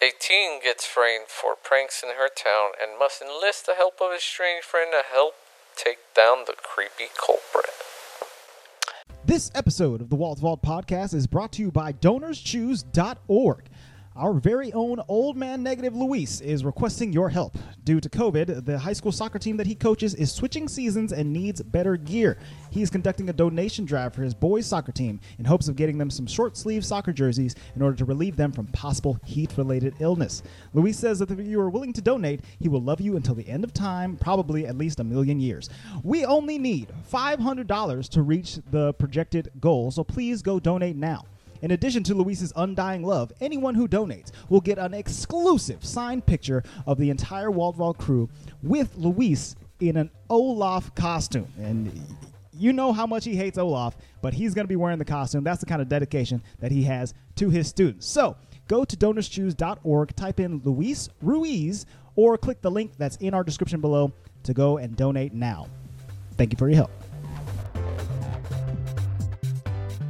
A teen gets framed for pranks in her town and must enlist the help of a strange friend to help take down the creepy culprit. This episode of the Walt Vault podcast is brought to you by DonorsChoose.org. Our very own old man negative Luis is requesting your help. Due to COVID, the high school soccer team that he coaches is switching seasons and needs better gear. He is conducting a donation drive for his boys' soccer team in hopes of getting them some short sleeve soccer jerseys in order to relieve them from possible heat related illness. Luis says that if you are willing to donate, he will love you until the end of time, probably at least a million years. We only need $500 to reach the projected goal, so please go donate now. In addition to Luis's undying love, anyone who donates will get an exclusive signed picture of the entire Waldwall crew with Luis in an Olaf costume. And you know how much he hates Olaf, but he's going to be wearing the costume. That's the kind of dedication that he has to his students. So go to donorschoose.org, type in Luis Ruiz, or click the link that's in our description below to go and donate now. Thank you for your help.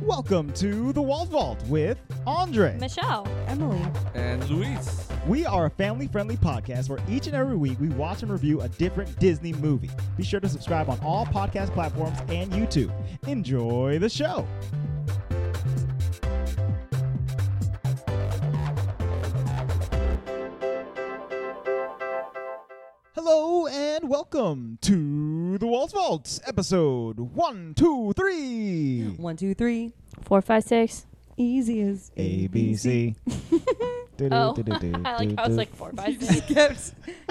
Welcome to the Walt Vault with Andre. Michelle. Emily. And Luis. We are a family friendly podcast where each and every week we watch and review a different Disney movie. Be sure to subscribe on all podcast platforms and YouTube. Enjoy the show. Hello and welcome to the Waltz Vault, episode one, two, three. One, two, three. Four, five, six. Easy as A B C. Do, do, Oh, do, do, do, I like. do, I was do. like four, You five, just six.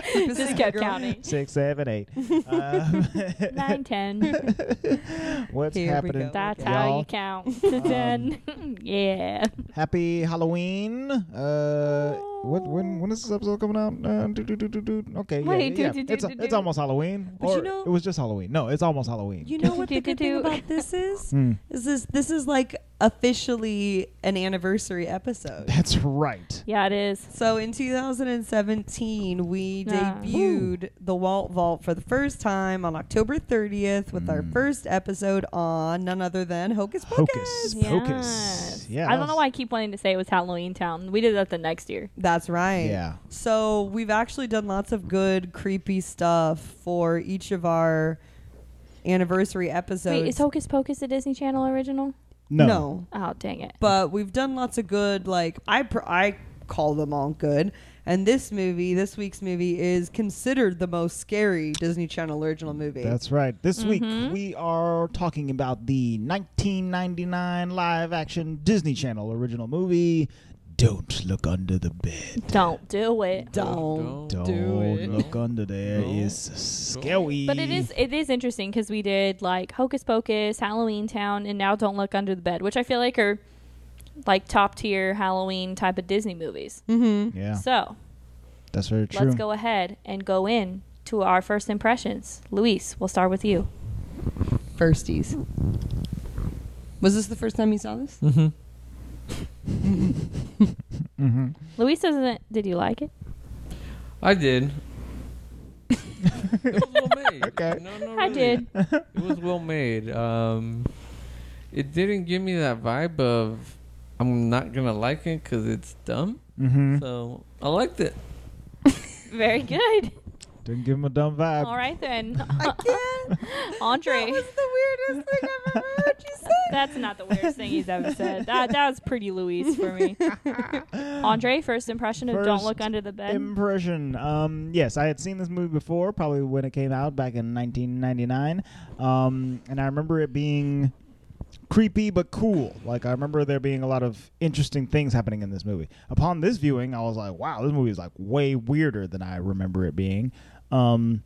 kept. Just kept counting. six, seven, eight. Um, Nine, ten. What's Here we happening? go. That's Okay. how Y'all. you count. to ten. yeah. Happy Halloween! Uh, what when when is this episode coming out? Uh, do, do, do, do, do. Okay, yeah, Wait, do, yeah. do, do, it's do, it's do. almost Halloween, But or you know- it was just Halloween. No, it's almost Halloween. You know what the good thing Do-do-do. about this is? Mm. Is this this is like officially an anniversary episode. That's right. Yeah, it is. So in 2017, we Ah. debuted the Walt Vault for the first time on October 30th with our first episode on none other than Hocus Pocus. Hmm. Hocus Yes. pocus. Yeah, I that don't know was- why I keep wanting to say it was Halloween Town. We did that the next year. That's right. Yeah. So we've actually done lots of good creepy stuff for each of our anniversary episodes. Wait, is Hocus Pocus a Disney Channel original? No. Oh, dang it. But we've done lots of good. Like I, pr- I call them all good. And this movie, this week's movie, is considered the most scary Disney Channel original movie. That's right. This Mm-hmm. week we are talking about the 1999 live-action Disney Channel original movie. Don't look under the bed. Don't do it. don't, Don't do it. look under there. No. It's scary. But it is it is interesting because we did like Hocus Pocus, Halloween Town, and now Don't Look Under the Bed, which I feel like are like top tier Halloween type of Disney movies. Mm-hmm. Yeah, So that's very true. let's go ahead and go in to our first impressions. Luis, we'll start with you. Firsties. Was this the first time you saw this? hmm Luis doesn't. Did you like it? I did. it was well made. Okay. No, not I really. did. It was well made. Um, it didn't give me that vibe of I'm not gonna like it because it's dumb. hmm So I liked it. Very good. Didn't give him a dumb vibe. All right then, I can't. Andre. That was the weirdest thing I've ever heard you say. That's not the weirdest thing he's ever said. That that was pretty Luis for me. Andre, first impression of do Don't Look First Under the Bed. Impression. Um, yes, I had seen this movie before, probably when it came out back in 1999, um, and I remember it being creepy but cool. Like I remember there being a lot of interesting things happening in this movie. Upon this viewing, I was like, "Wow, this movie is like way weirder than I remember it being." Um,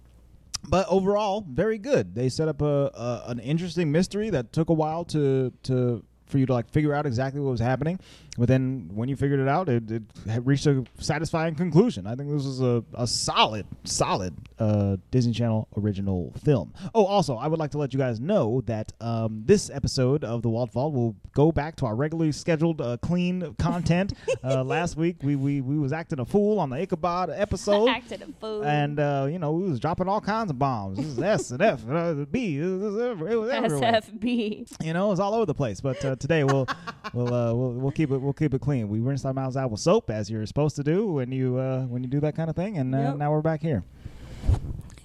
but overall, very good. They set up a, a an interesting mystery that took a while to to for you to like figure out exactly what was happening. But then when you figured it out, it, it had reached a satisfying conclusion. I think this was a, a solid, solid uh, Disney Channel original film. Oh, also, I would like to let you guys know that um, this episode of The Walt Vault will go back to our regularly scheduled uh, clean content. uh, last week, we, we, we was acting a fool on the Ichabod episode Acted a fool. and uh, you know we was dropping all kinds of bombs. This is S and F and uh, B. It was, every- it was everywhere. SFB. You know, it was all over the place. But uh, today we'll we'll, uh, we'll we'll keep it we'll we'll keep it clean. We rinsed our mouths out with soap, as you're supposed to do when you uh, when you do that kind of thing. And uh, Yep. now we're back here.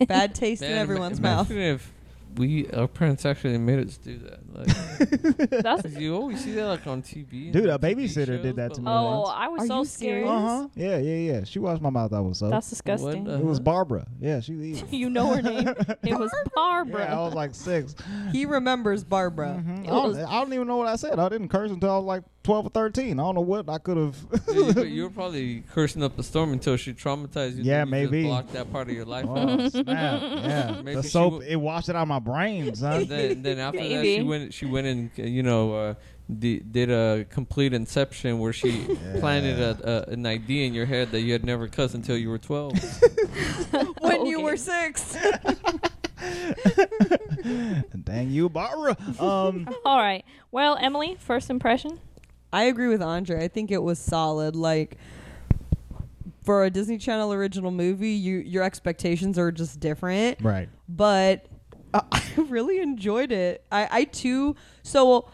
Bad taste in Man, everyone's ima- mouth. imagine if we our parents actually made us do that. Like That's, 'cause you always see that like on TV. and Dude, on a TV babysitter did shows, that but, to me like, oh, once. I was Are so you scared. serious? Uh huh. Yeah, yeah, yeah. She washed my mouth out with soap. That's disgusting. What it was Uh-huh. Barbara. Yeah, she. Yeah, you know her name. It was Barbara. I was like six. He remembers Barbara. Mhm. I, It don't, was- I don't even know what I said. I didn't curse until I was like twelve or thirteen. I don't know what I could have. yeah, you, were- you were probably cursing up a storm until she traumatized you. Yeah, then you just maybe. blocked that part of your life. out. oh, snap. Yeah, Maybe the she soap wa- it washed it out of my brain, And son. then, then after that, Maybe. she went. She went and uh, you know uh, di- did a complete inception where she planted a, a, an idea in your head that you had never cussed until you were twelve. When you Okay. were six. Dang you, Barbara. Um, All right. Well, Emily, first impression. I agree with Andre. I think it was solid. Like for a Disney Channel original movie, you your expectations are just different. right. but uh, I really enjoyed it. I, I too. So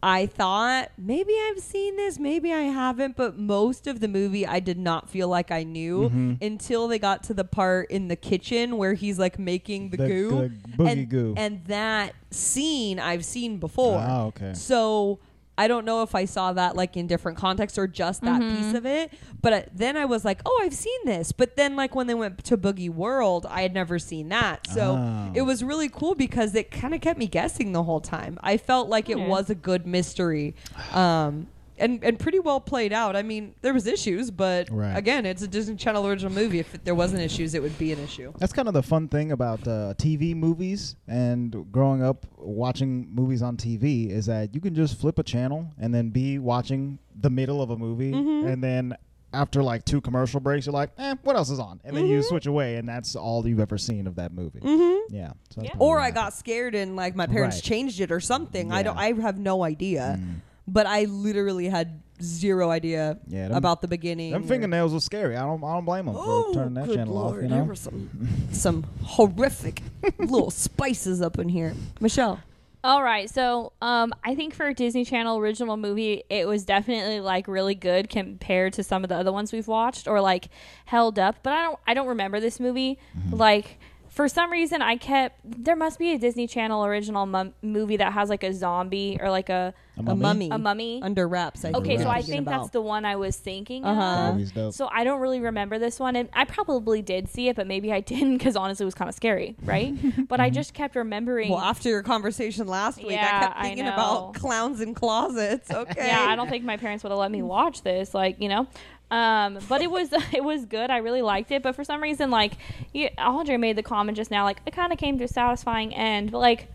I thought maybe I've seen this, maybe I haven't, but most of the movie I did not feel like I knew Mm-hmm. until they got to the part in the kitchen where he's like making the, The- goo, the boogie and, goo. and that scene I've seen before. Ah, okay. So I don't know if I saw that like in different contexts or just that piece of it. But I, then I was like, oh, I've seen this. But then like when they went to Boogie World, I had never seen that. So Ah. it was really cool because it kind of kept me guessing the whole time. I felt like it Yeah. was a good mystery. Um, and, and pretty well played out. I mean, there was issues, but Right. again, it's a Disney Channel original movie. If there wasn't issues, it would be an issue. That's kind of the fun thing about uh, TV movies and growing up watching movies on TV is that you can just flip a channel and then be watching the middle of a movie Mm-hmm. and then after like two commercial breaks you're like, eh, what else is on? And then you Mm-hmm. switch away and that's all you've ever seen of that movie. Mm-hmm. Yeah. So that's Yeah. probably or what I happened. got scared and like my parents Right. changed it or something. I Yeah. Mm. don't. I have no idea. But I literally had zero idea Yeah, them- about the beginning. them or- fingernails were scary. I don't I don't blame them Oh, for turning that good channel Lord, off. You There know. were some some horrific little spices up in here, Michelle. All right. So, um, I think for a Disney Channel original movie, it was definitely like really good compared to some of the other ones we've watched or like held up. But I don't, I don't remember this movie. Like for some reason, I kept. There must be a Disney Channel original mum movie that has like a zombie or like a. A mummy. A mummy? under wraps. I think Okay, we're so I thinking think that's about. the one I was thinking Uh-huh. of. Zombie's dope. So I don't really remember this one, and I probably did see it, but maybe I didn't because honestly, it was kind of scary, right? but I just kept remembering. Well, after your conversation last week, I Yeah, kept I thinking know. about clowns in closets. Okay. yeah, I don't think my parents would have let me watch this, like you know. Um, but it was it was good. I really liked it. But for some reason, like you, Andre made the comment just now, like it kind of came to a satisfying end, but like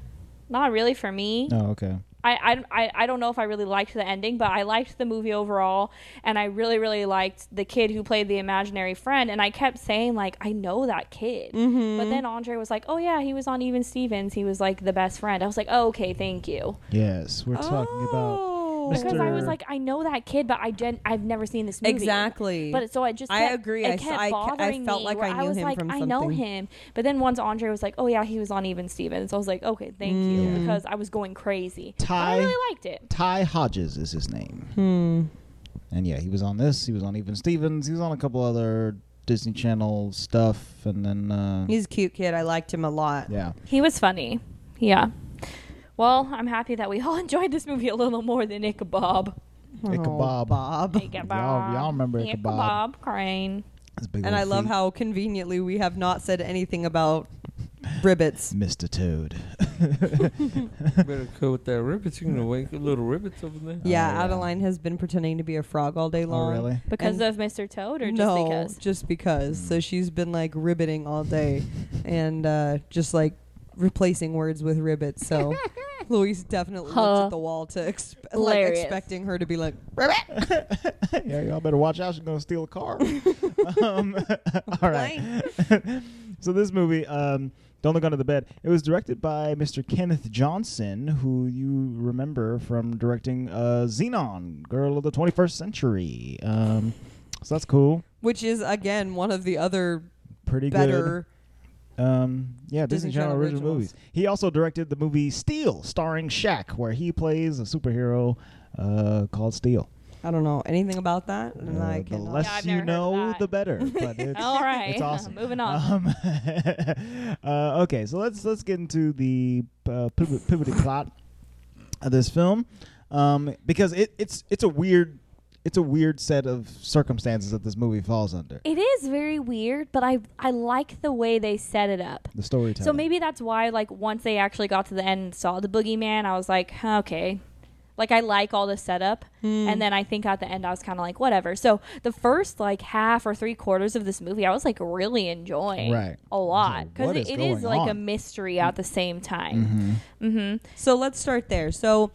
not really for me. Oh, okay. I, I, I- I don't know if I really liked the ending, but I liked the movie overall, and I really really liked the kid who played the imaginary friend, and I kept saying like I know that kid, but then Andre was like, oh yeah, he was on Even Stevens, he was like the best friend. I was like, oh, okay, thank you, Yes, we're talking about. Oh. Mr. because I was Mr. like, I know that kid, but I gen- I've never seen this movie Exactly. But so I just I kept, agree. It I s- kept I ca- I bothering felt me like where I I knew was him like, from I know something. him, but then once Andre was like, oh yeah, he was on Even Stevens, I was like, okay, thank Mm. you, because I was going crazy. But I Ty- really liked it. Ty Hodges is his name. Hmm. And yeah, he was on this. He was on Even Stevens. He was on a couple other Disney Channel stuff, and then uh, He's a cute kid. I liked him a lot. yeah, He was funny. Yeah. Well, I'm happy that we all enjoyed this movie a little more than Ichabod. Ichabod. Oh, Bob. Ichabod. y'all remember Ichabod. Ichabod Crane. His big And old I love feet. how conveniently we have not said anything about ribbits. Mr. Toad. Better go with that ribbits. You're gonna wake up little ribbits over there. Yeah, yeah. Adeline has been pretending to be a frog all day oh long. really? Because of Mr. Toad or just no, because? just because. So Mm. she's been like ribbiting all day, and uh, just like replacing words with ribbits. So Luis definitely looks at the wall to exp- like Hilarious. expecting her to be like ribbit. yeah, y'all better watch out. She's gonna steal a car. um, all right. so this movie, um, Don't Look Under the Bed, it was directed by Mr. Kenneth Johnson, who you remember from directing uh, Xenon, Girl of the 21st Century. Um, so that's cool. Which is again one of the other Pretty better. good. Um, yeah, Disney, Disney Channel, Channel original originals. movies. He also directed the movie Steel, starring Shaq, where he plays a superhero. uh, called Steel. I don't know anything about that. And Uh, I the cannot- less Yeah, I've you never heard of know, that. Oh, the better. But it's, All right. it's awesome. Moving Uh-huh. on. Um, uh, okay, so let's let's get into the uh, pivot, pivoting plot of this film um, because it, it's it's a weird it's a weird set of circumstances that this movie falls under. It is very weird, but I I like the way they set it up. The storytelling. So maybe that's why, like, once they actually got to the end and saw the boogeyman, I was like, "Huh, okay. Like, I like all the setup. And then I think at the end, I was kind of like, whatever. So the first, like, half or three quarters of this movie, I was, like, really enjoying Right. a lot. I was like, Because what it, is it is, going like, a on? Mm. mystery at the same time. Mm-hmm. So let's start there. So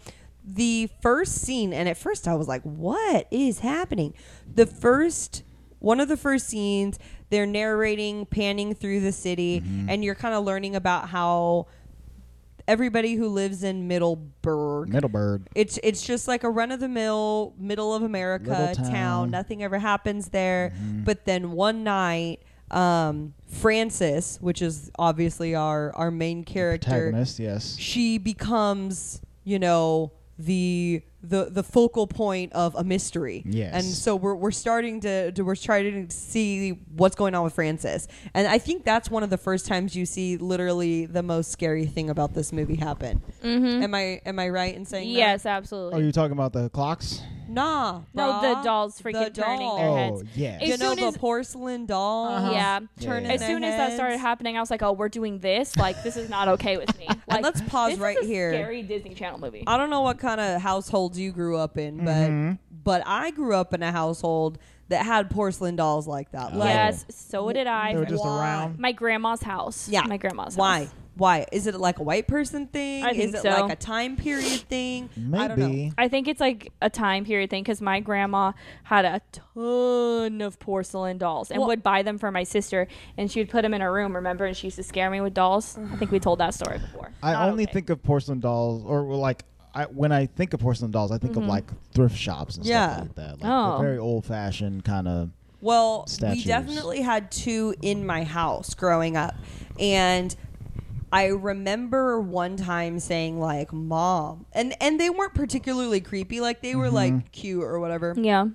the first scene, and at first I was like, what is happening? The first, one of the first scenes, they're narrating, panning through the city, Mm-hmm. and you're kind of learning about how everybody who lives in Middleburg. Middleburg. It's it's just like a run of the mill middle of America Little town. town. Mm-hmm. Nothing ever happens there. But then one night, um, Frances, which is obviously our our main character, Protagonist, yes. she becomes you know the the the focal point of a mystery Yes. and so we're, we're starting to, to we're trying to see what's going on with francis and i think that's one of the first times you see literally the most scary thing about this movie happen am i am i right in saying that? Mm-hmm. Yes, Oh, absolutely. you're talking about the clocks? nah No, brah. the dolls The freaking turning their dolls. head. heads. Oh, yes. you As know soon the as, porcelain doll yeah. Turning Uh-huh. As their soon as that started happening, I was like, "Oh, we're doing this! Like, this is not okay with me." Like, let's pause this is right a here. Scary Disney Channel movie. I don't know what kind of households you grew up in, but Mm-hmm. but I grew up in a household that had porcelain dolls like that. Like, Yes, so did I. They were just Why? around. my grandma's house. Yeah. my grandma's. Why? House. Why? Is it like a white person thing? I think Is it so. like a time period thing? I don't know. Maybe. I think it's like a time period thing because my grandma had a ton of porcelain dolls and Well- would buy them for my sister, and she would put them in her room. Remember, and she used to scare me with dolls. I think we told that story before. I Not only okay. think of porcelain dolls, or well, like I, when I think of porcelain dolls, I think of like thrift shops and Yeah. stuff like that. Like Mm-hmm. Oh. the very old fashioned kind of. Well, we Statues. definitely had two in my house growing up. And I remember one time saying like mom and and they weren't particularly creepy like they were Mm-hmm. like cute or whatever. Yeah.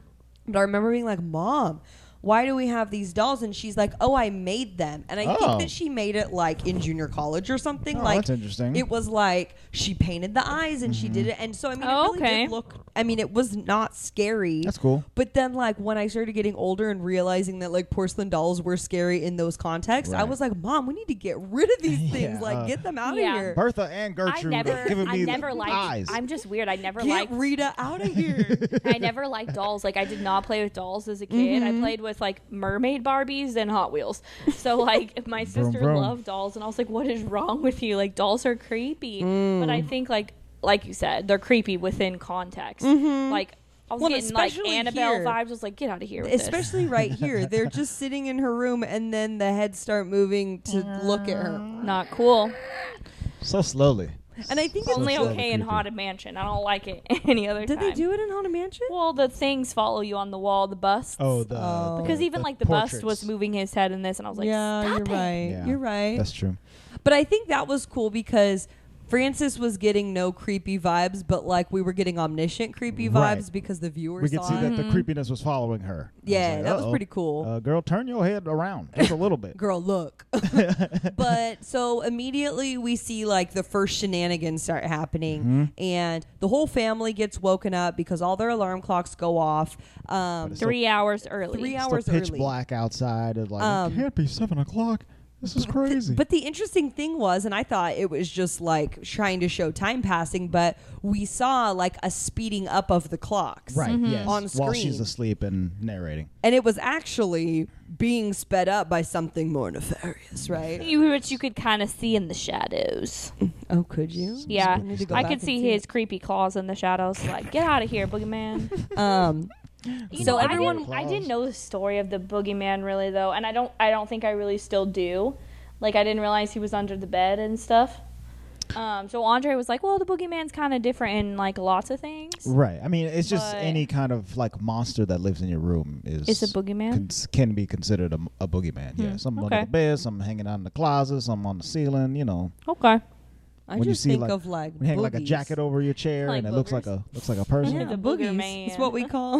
But I remember being like, Mom, why do we have these dolls? And she's like, Oh, I made them. And I Oh. think that she made it like in junior college or something. Oh, like that's interesting. Mm-hmm. It was like she painted the eyes and she did it. And so I mean Oh, it really okay. did look I mean, it was not scary. That's cool. But then like when I started getting older and realizing that like porcelain dolls were scary in those contexts, I Right. was like, Mom, we need to get rid of these things. Yeah. Like get them out Yeah. of here. Bertha and Gertrude I are never, giving I me never liked. eyes. I'm just weird. I never Get liked. Rita out of here. I never liked dolls. Like I did not play with dolls as a kid. Mm-hmm. I played with like mermaid Barbies and Hot Wheels. So like my sister vroom. loved dolls, and I was like, "What is wrong with you? Like dolls are creepy." But Mm. I think like like you said, they're creepy within context. Like I was Mm-hmm. Well, getting like especially Annabelle here. vibes. I was like, "Get out of here!" With this. especially right here. They're just sitting in her room, and then the heads start moving to look at her. Not cool. so slowly. And I think Only it's so okay in creepy. Haunted Mansion. I don't like it any other Did time. they do it in Haunted Mansion? Well, the things follow you on the wall. The busts. Oh, the Oh. because even like the bust was portraits. moving his head in this, and I was like, yeah, "Stop you're it." right. Yeah. You're right. That's true. but I think that was cool because Francis was getting no creepy vibes, but like we were getting omniscient creepy vibes Right. because the viewers We could saw see it. that the creepiness was following her. I was Yeah, like, that was "Uh-oh. pretty cool. Uh, girl, turn your head around just a little bit. girl look but so immediately we see like the first shenanigans start happening Mm-hmm. and the whole family gets woken up because all their alarm clocks go off um, Three hours early. three Still hours pitch early black outside. And like, Um, it can't be seven o'clock. This is crazy. but the interesting thing was and i thought it was just like trying to show time passing but we saw like a speeding up of the clocks right, yes. on While screen. she's asleep and narrating. and it was actually being sped up by something more nefarious right You- which you could kind of see in the shadows. oh could you Yeah, need to go I back could and see see his it. creepy claws in the shadows. Like, get out of here, boogeyman. um You So know, I everyone- didn't, I didn't know the story of the boogeyman really though, and I don't. I don't think I really still do. Like, I didn't realize he was under the bed and stuff. Um, so Andre was like, "Well, the boogeyman's kind of different in like lots of things." Right. I mean, it's just But- any kind of like monster that lives in your room is Is a boogeyman? Hmm, cons- can be considered a, a boogeyman. Yeah. Some Okay. under the bed, some hanging out in the closet, some on the ceiling. You know, Okay. I when you just see think like of like when you hang like a boogies. jacket over your chair Like and it looks like boogers. a looks like a Yeah, person. Yeah, the booger boogies. That's what we man. call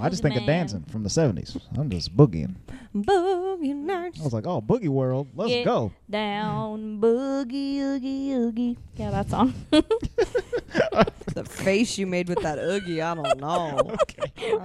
I just think of Man. dancing from the seventies. I'm just boogieing. boogie I nights. was like, oh, boogie world, let's Get go. Down, boogie, oogie, oogie. Yeah, that song. The face you made with that oogie, I don't know.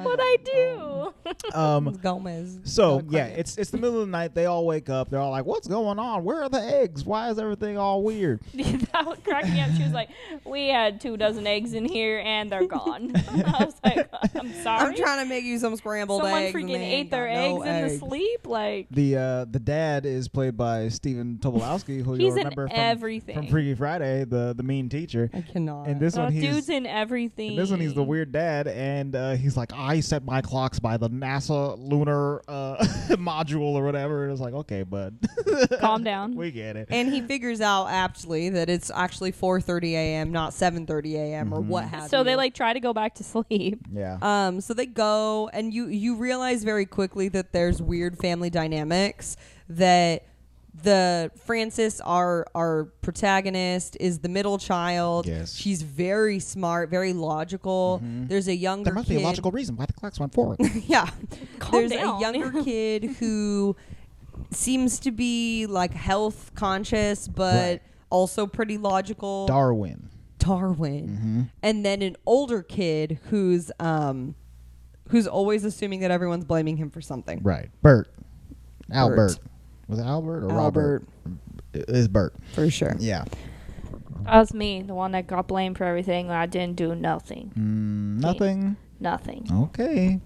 what I do? Um, Gomez. so Gotta yeah, crack it. it's it's the middle of the night. They all wake up. They're all like, what's going on? Where are the eggs? Why is everything all weird? that would crack me up. She was like, "We had two dozen eggs in here, and they're gone." I was like, "I'm sorry." I'm trying to make you some scrambled Someone eggs. and freaking they ain't ate their got no eggs in the sleep. Like, The uh, the dad is played by Stephen Tobolowsky, who He's you'll in remember from, everything. from Freaky Friday, the the mean teacher. I cannot. And this that one, he's dude's in everything. And this one, he's the weird dad, and uh, he's like, I set my clocks by the NASA lunar uh, module or whatever. And it's like, okay, bud, Calm down. we get it. and he figures out aptly that it's actually 4:30 a.m., not 7:30 a.m. or what Mm-hmm. have so they you. like try to go back to sleep. yeah. Um, so they go, and you you realize very quickly that there's weird family dynamics. That the Francis, our our protagonist, is the middle child. Yes. Mm-hmm. she's very smart, very logical. There's a younger. there must be kid- a logical reason why the clocks went forward. yeah. Calm There's down. a younger kid who seems to be like health conscious, but Right. also pretty logical. Darwin. Darwin, Mm-hmm. and then an older kid who's um who's always assuming that everyone's blaming him for something. Right. Bert. Albert. Albert. Was it Albert or Albert. Robert? It is Bert. For sure. Yeah. That was me, the one that got blamed for everything. I didn't do nothing. Mm. Nothing. Nothing. Okay.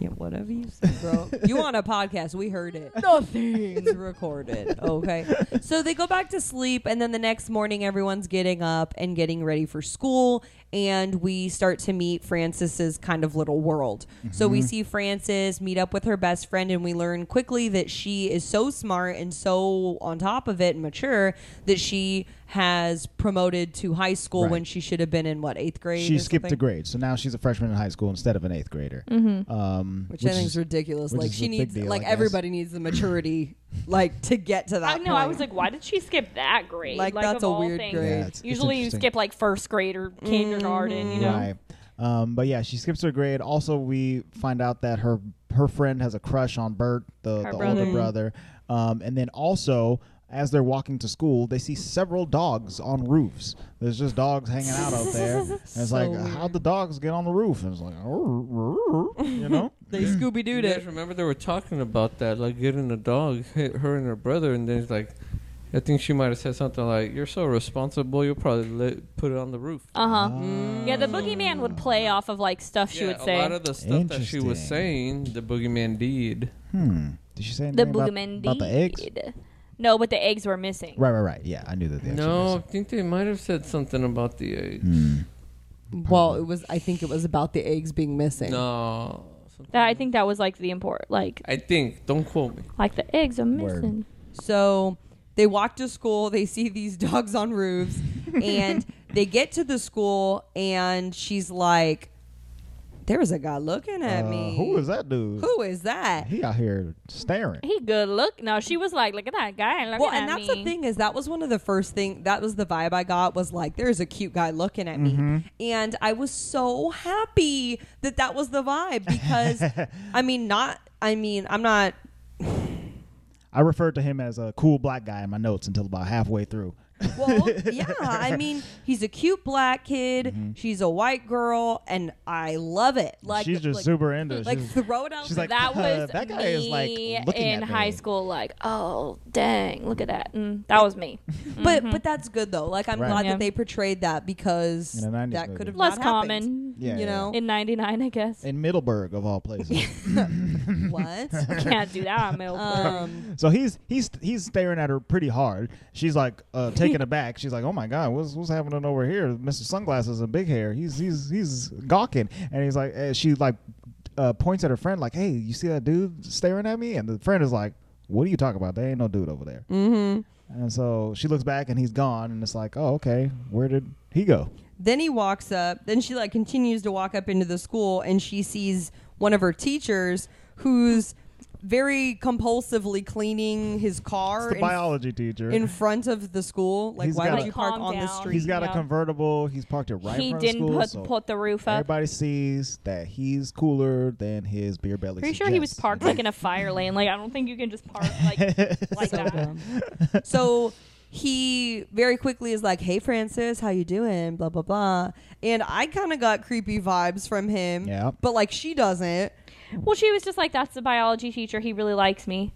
Yeah, whatever you say, bro. you on a podcast? We heard it. Nothing's recorded. Okay. So they go back to sleep, and then the next morning, everyone's getting up and getting ready for school, and we start to meet Francis's kind of little world. So Mm-hmm. we see Francis meet up with her best friend, and we learn quickly that she is so smart and so on top of it and mature that she has promoted to high school Right. when she should have been in what eighth grade. She or skipped a something? grade, so now she's a freshman in high school instead of an eighth grader. Mm-hmm. Um, which, I think is ridiculous. which Like is a she big needs, deal, like I guess. everybody needs the maturity, like to get to that. I know. I point. was like, why did she skip that grade? Like, of that's a all weird things. grade. Yeah, it's- it's Usually, you interesting. skip like first grade or kindergarten. Mm-hmm. You know, Right. Um, but yeah, she skips her grade. Also, we find out that her her friend has a crush on Bert, the, Her the older brother. brother. Um, and then also, as they're walking to school, they see several dogs on roofs. There's just dogs hanging out out there. And it's So like, weird. how'd the dogs get on the roof? And it's like, you know, they Scooby You Dooed guys it. remember they were talking about that, like getting a dog, hit her and her brother, and then it's like, I think she might have said something like, "You're so responsible, you'll probably let, put it on the roof." Uh huh. Mm. Yeah, the boogeyman would play off of like stuff she yeah, would a say. lot of the stuff that she was Interesting. saying, the boogeyman did. hmm. Did she say the anything about, boogeyman about the eggs? did. No, but the eggs were missing. Right, right, right. Yeah, I knew that. They actually No, I missed think they might have said something about the egg. Hmm. Well, it was. I think it was about the eggs being missing. No, something- That I think that was like the import, like I think. Don't quote me. like the eggs are Word. missing. So they walk to school. They see these dogs on roofs, and they get to the school, and she's like, "There's a guy looking it. at Uh, me. who is that dude? Who is that?" He out here staring. He good look. No, she was like, look at that guy. Look Well, at and that's me." the thing is that was one of the first thing that was the vibe I got was like there's a cute guy looking at Mm-hmm. me, and I was so happy that that was the vibe because I mean not I mean I'm not I referred to him as a cool black guy in my notes until about halfway through. well yeah I mean he's a cute black kid Mm-hmm. she's a white girl and I love it like she's just like, super into it. like She's- throw it out she's the- like, that was that guy me is, like, looking in at high me. school. Like, oh dang, look at that. Mm, that was me. but but that's good though like I'm Right. glad Mm-hmm. Yeah. that they portrayed that because In a 90s that movie. could have Less not happened. common Yeah, you yeah, know in '99, I guess. in Middleburg of all places. what Can't do that, on Middle um so he's he's he's staring at her pretty hard. She's like uh, taken aback. She's like, "Oh my god, what's what's happening over here, Mister Sunglasses and Big Hair? He's he's he's gawking." And he's like, and she like uh, points at her friend, like, "Hey, you see that dude staring at me?" And the friend is like, "What are you talking about? There ain't no dude over there." Mm-hmm. And so she looks back and he's gone, and it's like, "Oh, okay, where did he go?" Then he walks up. Then she like continues to walk up into the school, and she sees one of her teachers who's very compulsively cleaning his car the in- biology teacher. in, front of the school. Like, He's why got would a- you park Calm on the down. street? he's got a yeah. convertible. He's parked it right in he front didn't of school. put so put the roof up. everybody sees that he's cooler than his beer belly. Pretty sure he was suggests. parked like in a fire lane. Like I don't think you can just park like like that. so he very quickly is like, "Hey Francis, how you doing?" Blah blah blah. And I kind of got creepy vibes from him. Yeah. But like she doesn't. Well, she was just like, "That's the biology teacher. He really likes me,"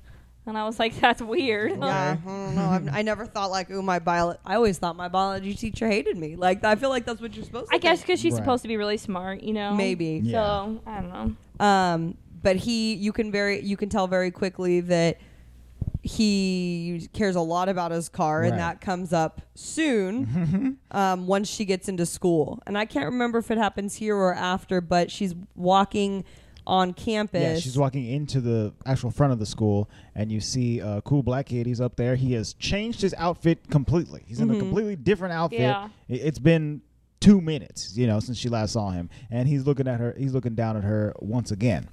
and I was like, "That's weird." Yeah. I don't know. I'm, I never thought like, "Ooh, my bio." I always thought my biology teacher hated me. Like I feel like that's what you're supposed to. I guess because she's Right. supposed to be really smart, you know. think. maybe. Yeah. So I don't know. Um, but he, you can very, you can tell very quickly that he cares a lot about his car, Right. and that comes up soon um, once she gets into school. And I can't remember if it happens here or after, but she's walking on campus. Yeah, she's walking into the actual front of the school, and you see a cool black kid. He's up there. He has changed his outfit completely. He's in a completely different outfit. Mm-hmm. Yeah. I- It's been two minutes, you know, since she last saw him, and he's looking at her. He's looking down at her once again.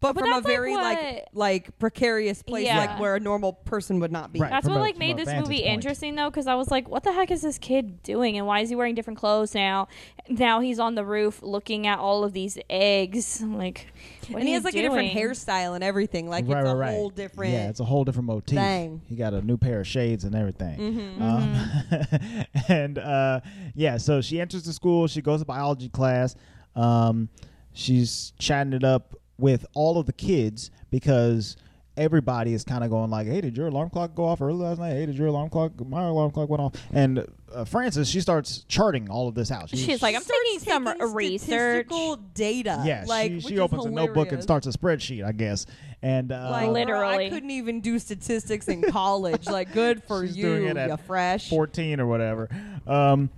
but, But from a that's like very like what- like, precarious place, Yeah. like where a normal person would not be. Right. That's from what a- like from made a this vantage movie point. interesting though, because I was like, "What the heck is this kid doing? And why is he wearing different clothes now? Now he's on the roof looking at all of these eggs. I'm like, what And he are has you like a different doing? hairstyle and everything. Like right, it's a right, right. whole different. Yeah, it's a whole different motif. thing. Mm-hmm, He got a new pair of shades and everything. Um, and uh, yeah, so she enters the school. She goes to biology class. Um, she's chatting it up with all of the kids because everybody is kind of going like, "Hey, did your alarm clock go off early last night? Hey, did your alarm clock? My alarm clock went off." And uh, Frances, she starts charting all of this out. She's like, I'm taking some research. statistical data. yeah, like she, which she is opens a notebook and hilarious. starts a spreadsheet, I guess. And uh, Like, Literally. girl, I couldn't even do statistics in college. like, good for She's you, doing it at you fresh. 14 or whatever. Um,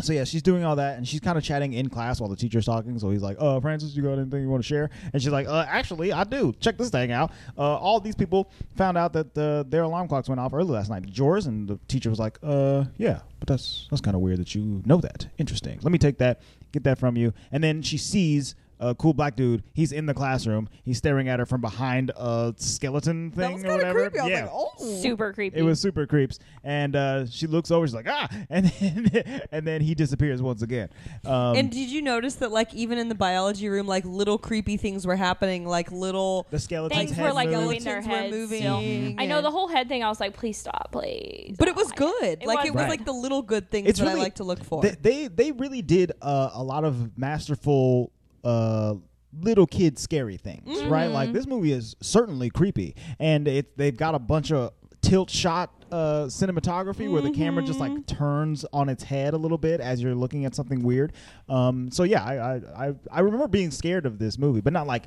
so yeah, she's doing all that, and she's kind of chatting in class while the teacher's talking. So he's like, "Uh, Francis, you got anything you want to share?" And she's like, "Uh, actually, I do. Check this thing out. Uh, all these people found out that uh, their alarm clocks went off early last night. Did yours?" And the teacher was like, "Uh, yeah, but that's that's kind of weird that you know that. Interesting. Let me take that, get that from you." And then she sees. A cool black dude. He's in the classroom. He's staring at her from behind a skeleton that thing was or kind of whatever. creepy. I was yeah. like, oh. Super creepy. It was super creeps, and uh, she looks over. She's like, ah, and then, and then he disappears once again. Um, And did you notice that, like, even in the biology room, like little creepy things were happening, like little the skeleton's Things head were like moved. going their skeletons were heads. moving. still. I know and- the whole head thing. I was like, please stop, please. But it was Oh, I- good. like it was Right. like the little good things that I like to look for. They they, they really did uh, a lot of masterful uh, little kid scary things, right? Mm-hmm. Like this movie is certainly creepy, and it they've got a bunch of tilt shot. Uh, cinematography where the camera just like Mm-hmm. turns on its head a little bit as you're looking at something weird. Um, so yeah, I, I I I remember being scared of this movie, but not like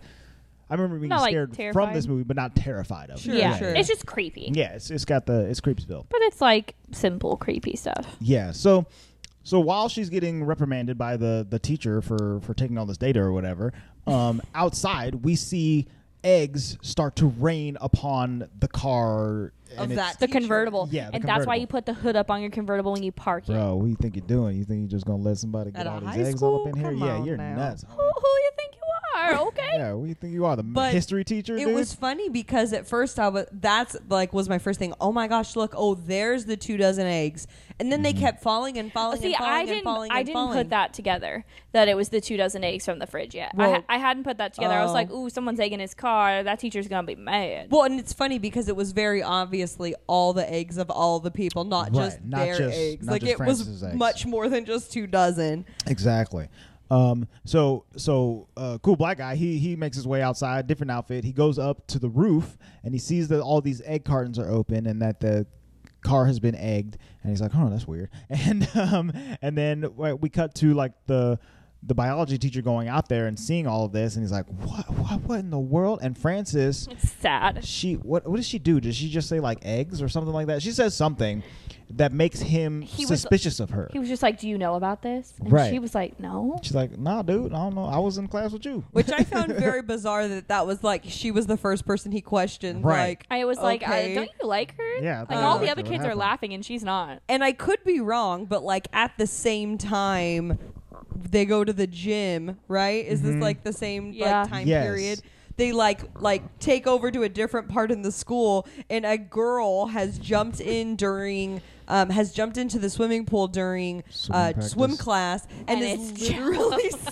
I remember being Not, like, scared from terrified. this movie, but not terrified of Sure, it. yeah, sure. it's just creepy. yeah, it's it's got the it's Creepsville. But it's like simple creepy stuff. Yeah. So so while she's getting reprimanded by the the teacher for for taking all this data or whatever, um, outside we see eggs start to rain upon the car of and it's- that The teacher. convertible. Yeah, the and that's why convertible. you put the hood up on your convertible when you park it. Bro, what you think you're doing? You think you're just gonna let somebody get At a all these high eggs all up in school? here? Come yeah, on you're now. nuts. Who, who you think you are? Okay. Yeah, what do you think you are? The But history teacher? It dude? was funny because at first I was that's like was my first thing. Oh my gosh, look! Oh, there's the two dozen eggs, and Mm-hmm. then they kept falling and falling See, and falling I and didn't. falling. I and didn't falling. put that together. That it was the two dozen eggs from the fridge yet. I, Well- ha- I hadn't put that together. I was Oh. like, "Ooh, someone's egg in his car. That teacher's gonna be mad." Well, and it's funny because it was very obviously all the eggs of all the people, not Right, just not their just- eggs. not Like just it was Francis's eggs. much more than just two dozen. Exactly. Um, so so uh, cool black guy. He he makes his way outside, different outfit. He goes up to the roof and he sees that all these egg cartons are open and that the car has been egged. And he's like, "Oh, that's weird." And um, and then w- we cut to like the the biology teacher going out there and seeing all of this, and he's like, "What what what in the world?" And Francis it's sad. she what what does she do? Does she just say like eggs or something like that? She says something that makes him He was- suspicious of her. He was just like, "Do you know about this?" And Right. She was like, "No." She's like, nah, dude, I don't know. I was in class with you. Which I found very bizarre that that was like she was the first person he questioned. Right. Like I was like, I, okay. "Don't you like her?" Yeah, I Like thought all you the liked other her. What kids are happened? laughing and she's not. and I could be wrong, but like at the same time, they go to the gym, right? Is this like the same Yeah. like time Mm-hmm. Yes. period? they like like take over to a different part in the school, and a girl has jumped in during. Um, has jumped into the swimming pool during Swimming uh, practice. swim class and, And is it's literally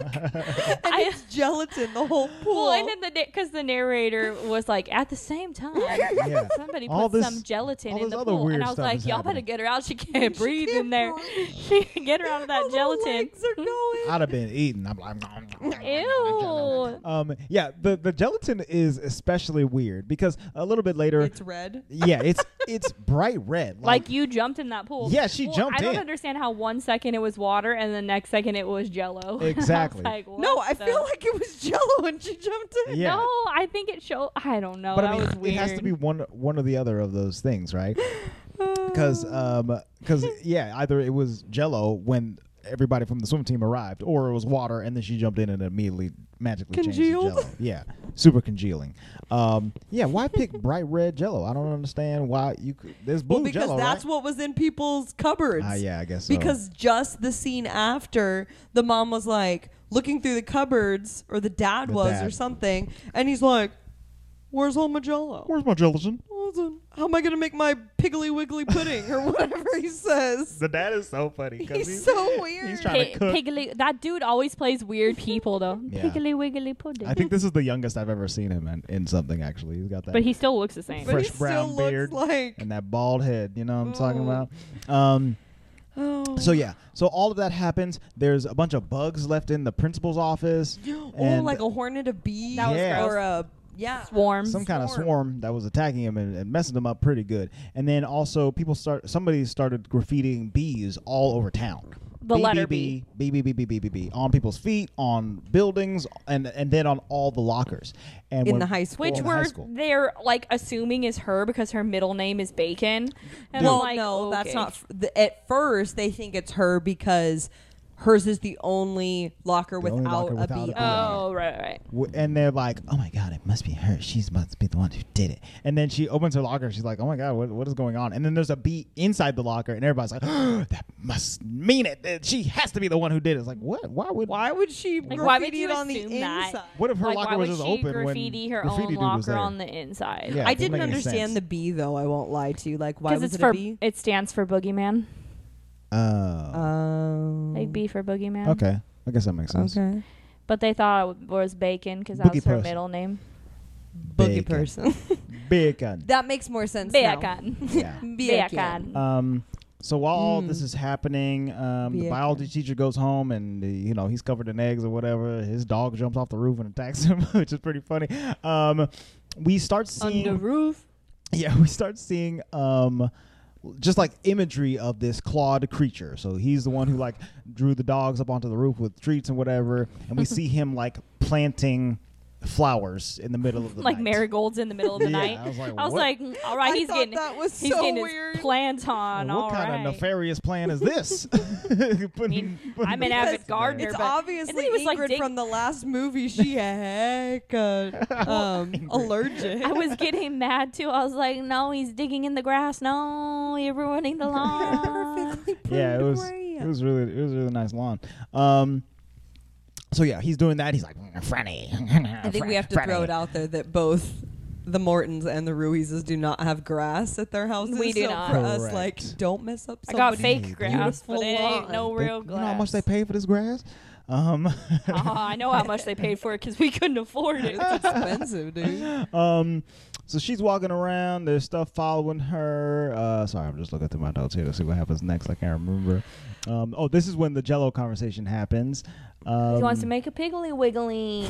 and I- it's gelatin the whole pool. Well, and then the because the narrator was like, at the same time, Yeah. somebody All put this- some gelatin all in this the other pool, weird and I was stuff like, is y'all happening. better get her out. She can't She breathe can't in there. breathe. She get her out of that Her little gelatin. Oh, legs are going. I'd have been eating. I'm like, nom, nom, nom, nom, Ew. nom. Um, yeah, the the gelatin is especially weird because a little bit later, It's red. yeah, it's it's bright red. Like you jumped in that pool. Yeah, she Well, jumped I don't in. understand how one second it was water and the next second it was jello. I was Exactly. like, what No, I the- feel like it was Jello when she jumped in. Yeah. No, I think it showed. I don't know. but that I mean, was weird. it has to be one one or the other of those things, right? Because yeah, either it was Jello when everybody from the swim team arrived, or it was water, and then she jumped in and immediately magically Congealed. changed to Jello. Yeah, super congealing. Um, yeah, why pick bright red Jello? I don't understand why you. Could, there's blue Well, because Jello, that's right? what was in people's cupboards. Ah, yeah, I guess so. Because just the scene after, the mom was like looking through the cupboards, or the dad The was, dad. or something, and he's like, "Where's all my Jello? Where's my gelatin? Where's it? How am I gonna make my piggly wiggly pudding or whatever he says?" The dad is so funny. He's, so weird. he's trying- to Pig- cook. piggly. That dude always plays weird people though. Yeah. Piggly wiggly pudding. I think this is the youngest I've ever seen him in, in something. Actually, he's got that. but he still looks the same. but fresh he brown still beard. looks like. and that bald head. You know what I'm talking Ooh. about? Um, Oh. so yeah, so all of that happens. There's a bunch of bugs left in the principal's office. Oh, and like a hornet of bees That was Yeah. gross. or a yeah Swarm. some kind of swarm. swarm that was attacking him and, and messing him up pretty good. And then also people start somebody started graffitiing bees all over town. The B, letter B, B B B B B B B on people's feet, on buildings, and and then on all the lockers. And in when- the high school. in Which the high we're school. they're like assuming is her because her middle name is Bacon. And well, I'm like, no, that's okay. not. f- The, at first, they think it's her because hers is the only locker, The only without, locker a without bee. a on it. Oh right, right. W- and they're like, "Oh my god, it must be her. She's must be the one who did it." And then she opens her locker. She's like, "Oh my god, what, what is going on?" And then there's a bee inside the locker, and everybody's like, "That must mean it. That She has to be the one who did it." It's like, what? Why would? Why would she Like, graffiti why would you it on the assume that? inside? What if her like, locker why was would just she open graffiti when her graffiti own dude was locker there? on the inside? Yeah, I it doesn't didn't make any sense. understand the bee though. I won't lie to you. Like, why Because was it's it for a bee? it stands for boogeyman. Oh, Um, Like B for boogeyman. Mm. okay. I guess that makes sense. Okay. But they thought it was Bacon because that Boogie was her person. middle name. Boogie Bacon. person. Bacon. that makes more sense. now. Bacon. uh, yeah. Bacon. Bacon. Um. So while all Mm. Hmm. this is happening, um, the Bacon. biology teacher goes home and uh, you know he's covered in eggs or whatever. His dog jumps off the roof and attacks him, which is pretty funny. Um, we start seeing roof. yeah we start seeing um just like imagery of this clawed creature so he's the one who like drew the dogs up onto the roof with treats and whatever and we see him like planting flowers in the middle of the Like night. marigolds in the middle of the Yeah, night. I was like, I was what? like, mm, all right, I he's thought getting that was he's so getting weird. his plant on. what all kind of right. nefarious plan is this Putting- putting I'm the- an Because avid gardener, It's but and obviously then he was Ingrid like, dig- from the last movie. She heck uh, um, allergic. I was getting mad too. I was like, no, he's digging in the grass. No, you're ruining the lawn. perfectly yeah it pruned was way. it was really it was a really nice lawn um so yeah he's doing that he's like "Mm, Franny I think we have to throw it out there that both the Mortons and the Ruizes do not have grass at their houses. We do so not. For us, Correct. like, don't mess up. I got somebody's fake grass, but beautiful it ain't lawn. no They- real you know how glass. much they pay for this grass um Uh-huh, I know how much they paid for it because we couldn't afford it. It's expensive, dude. Um, so she's walking around. There's stuff following her. Uh, sorry, I'm just looking through my notes here to see what happens next. I can't remember. Um, oh, this is when the Jello conversation happens. Um, he wants to make a piggly wiggly.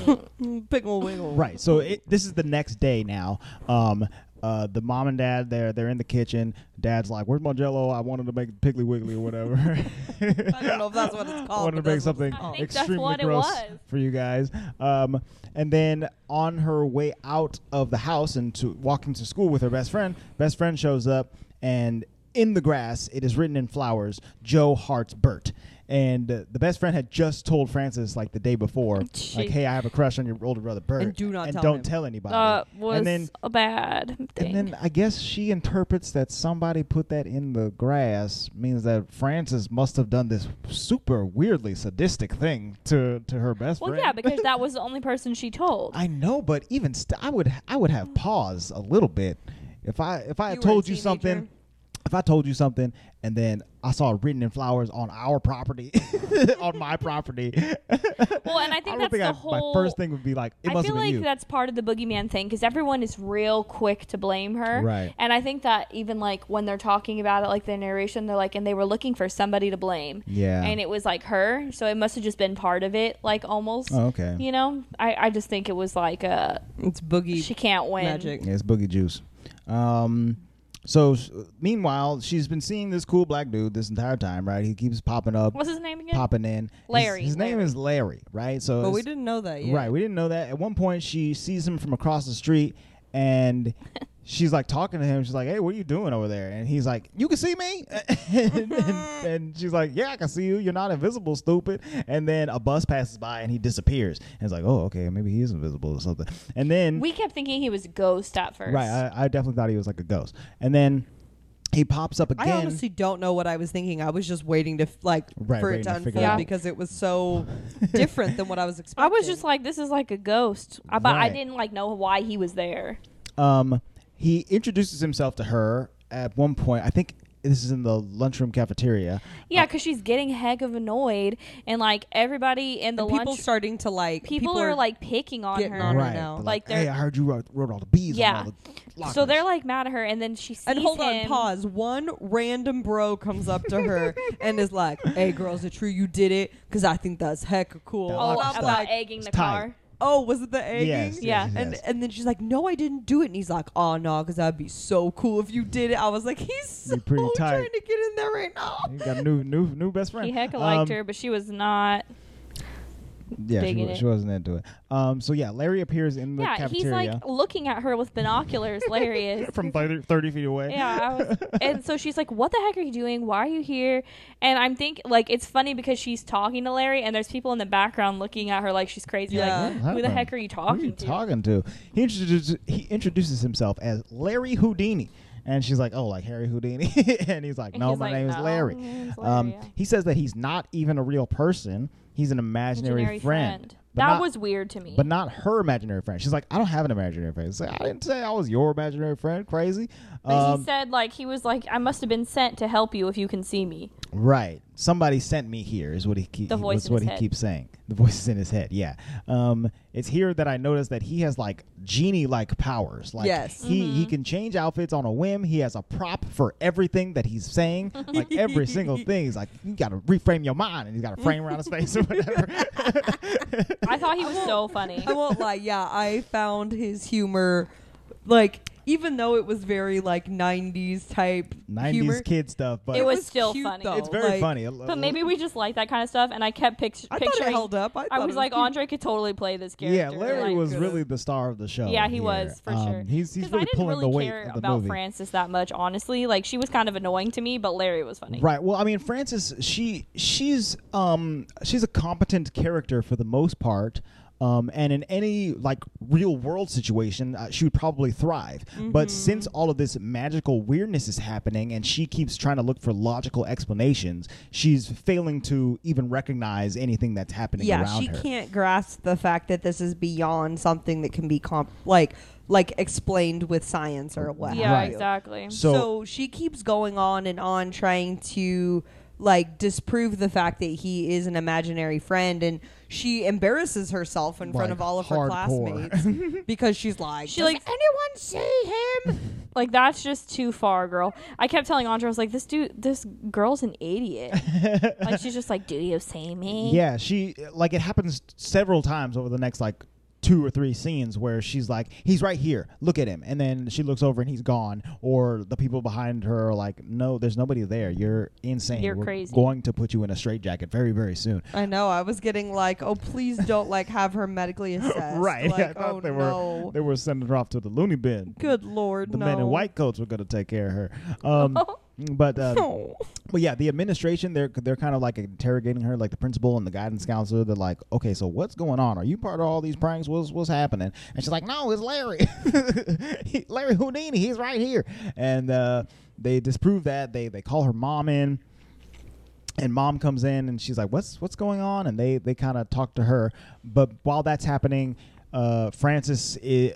Pickle wiggle. right. So it, this is the next day now. Um, uh, the mom and dad they're they're in the kitchen. Dad's like, "Where's my Jello? I wanted to make Piggly Wiggly or whatever." I don't know if that's what it's I called. wanted to make but that's what something it's called. I think that's extremely what it gross was. for you guys. Um, and then on her way out of the house and to walking to school with her best friend, best friend shows up and in the grass. It is written in flowers. Joe Hart's Bert. And uh, the best friend had just told Francis like the day before, like, She- "Hey, I have a crush on your older brother Bert, And do not and tell don't him." tell anybody." That was and then, a bad thing. and then I guess she interprets that somebody put that in the grass means that Francis must have done this super weirdly sadistic thing to to her best well, friend. yeah, because that was the only person she told. I know, but even st- I would I would Mm. have paused a little bit if I if I You had were a told you teenager. something. If I told you something and then I saw it written in flowers on our property, on my property, I well, and I think don't that's think the I, whole. my first thing would be like, it I must feel have been like you. that's part of the boogeyman thing because everyone is real quick to blame her. Right. And I think that even like when they're talking about it, like the narration, they're like, and they were looking for somebody to blame. Yeah. And it was like her. So it must have just been part of it, like almost. Oh, okay. You know, I, I just think it was like, uh, It's boogie she can't win. magic. Yeah, it's boogie juice. Um, so s- meanwhile, she's been seeing this cool black dude this entire time, right? He keeps popping up, What's his name again? popping in. His- Larry, His, name Larry. is Larry, right? So But we it's- didn't know that yet. Right. We didn't know that. At one point, she sees him from across the street and she's like talking to him. She's like, hey, what are you doing over there? And he's like, you can see me? and, Uh-huh. and, and she's like, yeah, I can see you. You're not invisible, stupid. And then a bus passes by and he disappears. And it's like, oh, okay, maybe he is invisible or something. And then. We kept thinking he was a ghost at first. right. I, I definitely thought he was like a ghost. And then he pops up again. I honestly don't know what I was thinking. I was just waiting to f- like Right, for waiting it to to figure unfold it out. because it was so different than what I was expecting. I was just like, this is like a ghost. I, but I Right. didn't like know why he was there. um, he introduces himself to her at one point. I think this is in the lunchroom cafeteria. Yeah, because she's getting heck of annoyed, and like everybody in the And people lunch, starting to like people, are, like picking on getting her. on her right. now. They're Like, Like, they're- hey, I heard you wrote, wrote all the bees. Yeah. On all the lockers. So they're like mad at her, and then she sees And hold on, him. pause. One random bro comes up to her and is like, "Hey, girl, is it true you did it? Because I think that's hecka cool." That Oh, Lock And I'm stuff. about like, egging It's the tight. car. "Oh, was it the egging?" Yes, Yeah. uh, yes, And yes. and then she's like, "No, I didn't do it." And he's like, "Oh no, because that'd be so cool if you did it." I was like, "He's so You're pretty tight. trying to get in there right now." You got a new, new, new best friend. He hecka Um, liked her, but she was not. Yeah, she, digging wa- it. she wasn't into it. Um, so yeah, Larry appears in the Yeah, cafeteria he's like looking at her with binoculars. Larry is. from 30, 30 feet away. Yeah, I was, and so she's like, "What the heck are you doing? Why are you here?" And I'm think like it's funny because she's talking to Larry, and there's people in the background looking at her like she's crazy. Yeah. Like, who the heck are you talking Who are you to? talking to? He introduces he introduces himself as Larry Houdini. And she's like, "Oh, like Harry Houdini," and he's like, And "No, he's my like, name is "No, Larry." my name's Larry, um, yeah. He says that he's not even a real person; he's an imaginary, Imaginary friend. friend. But That not- was weird to me. but not her imaginary friend. She's like, "I don't have an imaginary friend." It's like, I didn't say I was your imaginary friend. Crazy. But Um, he said like he was like I must have been sent to help you if you can see me. Right. Somebody sent me here is what he keeps The voice in what his he head. keeps saying. The voice is in his head. Yeah. Um it's here that I noticed that he has like genie like powers. Like Yes. he Mm-hmm. he can change outfits on a whim. He has a prop for everything that he's saying. like every single thing. He's like you got to reframe your mind and he's got a frame around his face or whatever. I thought he was so funny. I won't lie. Yeah, I found his humor, like even though it was very like '90s type 90s humor, kid stuff, but It was still cute, funny. though. it's very Like, funny. But maybe we just like that kind of stuff, and I kept pict- I thought it picturing. held up. I thought was it was like, cute. Andre could totally play this character. yeah, Larry like- was good. really the star of the show. Yeah, he here. was for Um, sure. He's he's 'Cause really I didn't pulling really the weight care of the about movie. Francis that much, honestly. Like she was kind of annoying to me, but Larry was funny. Right. Well, I mean, Frances, she she's um she's a competent character for the most part. Um, and in any like real world situation, uh, she would probably thrive. But Mm-hmm. since all of this magical weirdness is happening, and she keeps trying to look for logical explanations, she's failing to even recognize anything that's happening yeah, around she her. can't grasp the fact that this is beyond something that can be comp- like like explained with science or what. Yeah, have you. exactly. So, So, she keeps going on and on trying to like disprove the fact that he is an imaginary friend and she embarrasses herself in front Like, of all of her hardcore. classmates because she's like She "Does like- anyone see him Like that's just too far, girl. I kept telling Andre, I was like, this dude, this girl's an idiot. like she's just like, do you see Mm. me? Yeah, she like it happens several times over the next like two or three scenes where she's like, "He's right here, look at him," and then she looks over and he's gone, or the people behind her are like, "No, there's nobody there. You're insane. You're We're crazy." Going to put you in a straitjacket very, very soon." I know. I was getting like, oh, please don't like have her medically assessed. Like, I thought oh they no. were they were sending her off to the loony bin. Good lord. The no. men in white coats were going to take care of her. Um, But uh, Oh. but yeah, the administration they're they're kind of like interrogating her, like the principal and the guidance counselor. They're like, okay, so what's going on? Are you part of all these pranks? What's what's happening? And she's like, no, it's Larry, He- Larry Houdini. He's right here. And uh, they disprove that. They they call her mom in and mom comes in and she's like what's what's going on and they they kind of talk to her but while that's happening uh, Francis is,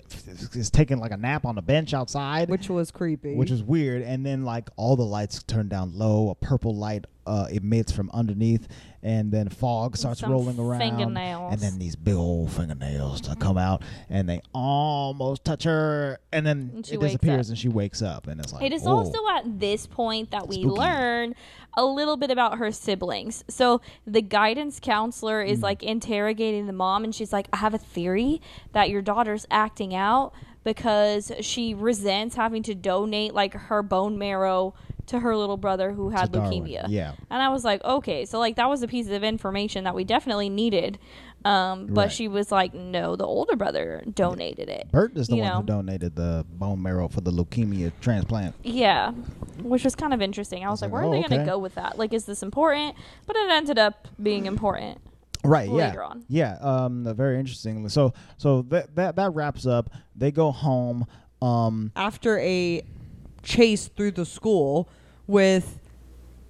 is taking like a nap on the bench outside, Which was creepy. which is weird. And then like all the lights turn down low, a purple light uh, emits from underneath, and then fog starts Some rolling around, fingernails. and then these big old fingernails that come out, and they almost touch her, and then And she it wakes disappears, up. and she wakes up, and it's like It is "Whoa." also at this point that we Spooky. learn a little bit about her siblings. So the guidance counselor Mm. is like interrogating the mom, and she's like, I have a theory that your daughter's acting out because she resents having to donate like her bone marrow to her little brother who had To Darwin, leukemia. yeah. And I was like, okay, so like that was a piece of information that we definitely needed. Um, but Right. she was like, no, the older brother donated it. Bert is the you one who know. donated the bone marrow for the leukemia transplant. Yeah, which was kind of interesting. I was like, like, where "Oh, are they going okay." to go with that? Like, is this important? But it ended up being important. right yeah later on. yeah um the- very interesting so so that that that wraps up they go home um after a chase through the school with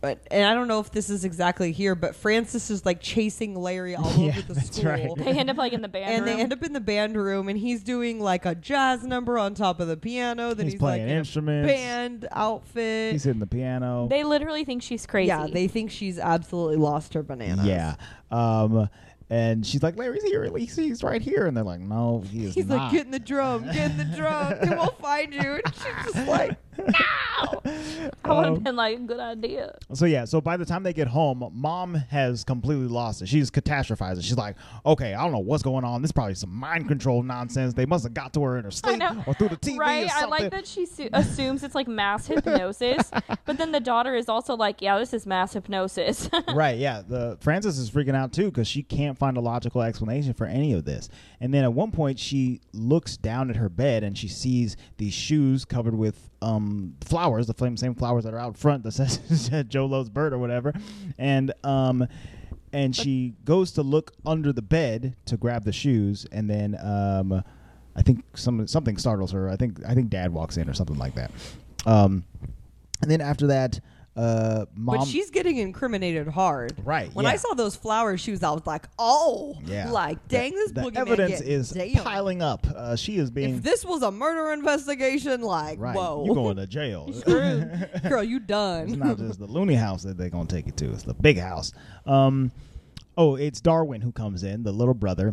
but and I don't know if this is exactly here, but Francis is like chasing Larry all Yeah, over the that's school. right. They end up like in the band And room. they end up in the band room, and he's doing like a jazz number on top of the piano. Then He's he's, playing like in a instruments. band outfit. he's hitting the piano They literally think she's crazy. yeah, they think she's absolutely lost her bananas. yeah um and she's like larry's here he's, he's right here and they're like no he is he's not like, get in the drum, get in the drum, and we'll find you. And she's just like, I would have been like, good idea. So yeah, so by the time they get home, mom has completely lost it. She's catastrophizing. She's like, "Okay, I don't know what's going on. This is probably some mind control nonsense. They must have got to her in her I sleep know. or through the TV right? or I something." like that she su- assumes it's like mass hypnosis, but then the daughter is also like, yeah, this is mass hypnosis. right yeah the frances is freaking out too because she can't find a logical explanation for any of this and then at one point she looks down at her bed and she sees these shoes covered with um, flowers the flame same flowers that are out front that says said joe loves bird or whatever and um and she goes to look under the bed to grab the shoes and then um i think some something startles her i think i think dad walks in or something like that um and then after that uh mom but she's getting incriminated hard. Right, When yeah. I saw those flower shoes, I was like, oh, Yeah. like dang, this the boogeyman evidence getting is down. piling up. Uh, she is being If this was a murder investigation, like right. whoa, You going to jail? it's Screwed. girl, you done. not just the loony house that they're gonna take it to. It's the big house. Um, oh, it's Darwin who comes in, the little brother.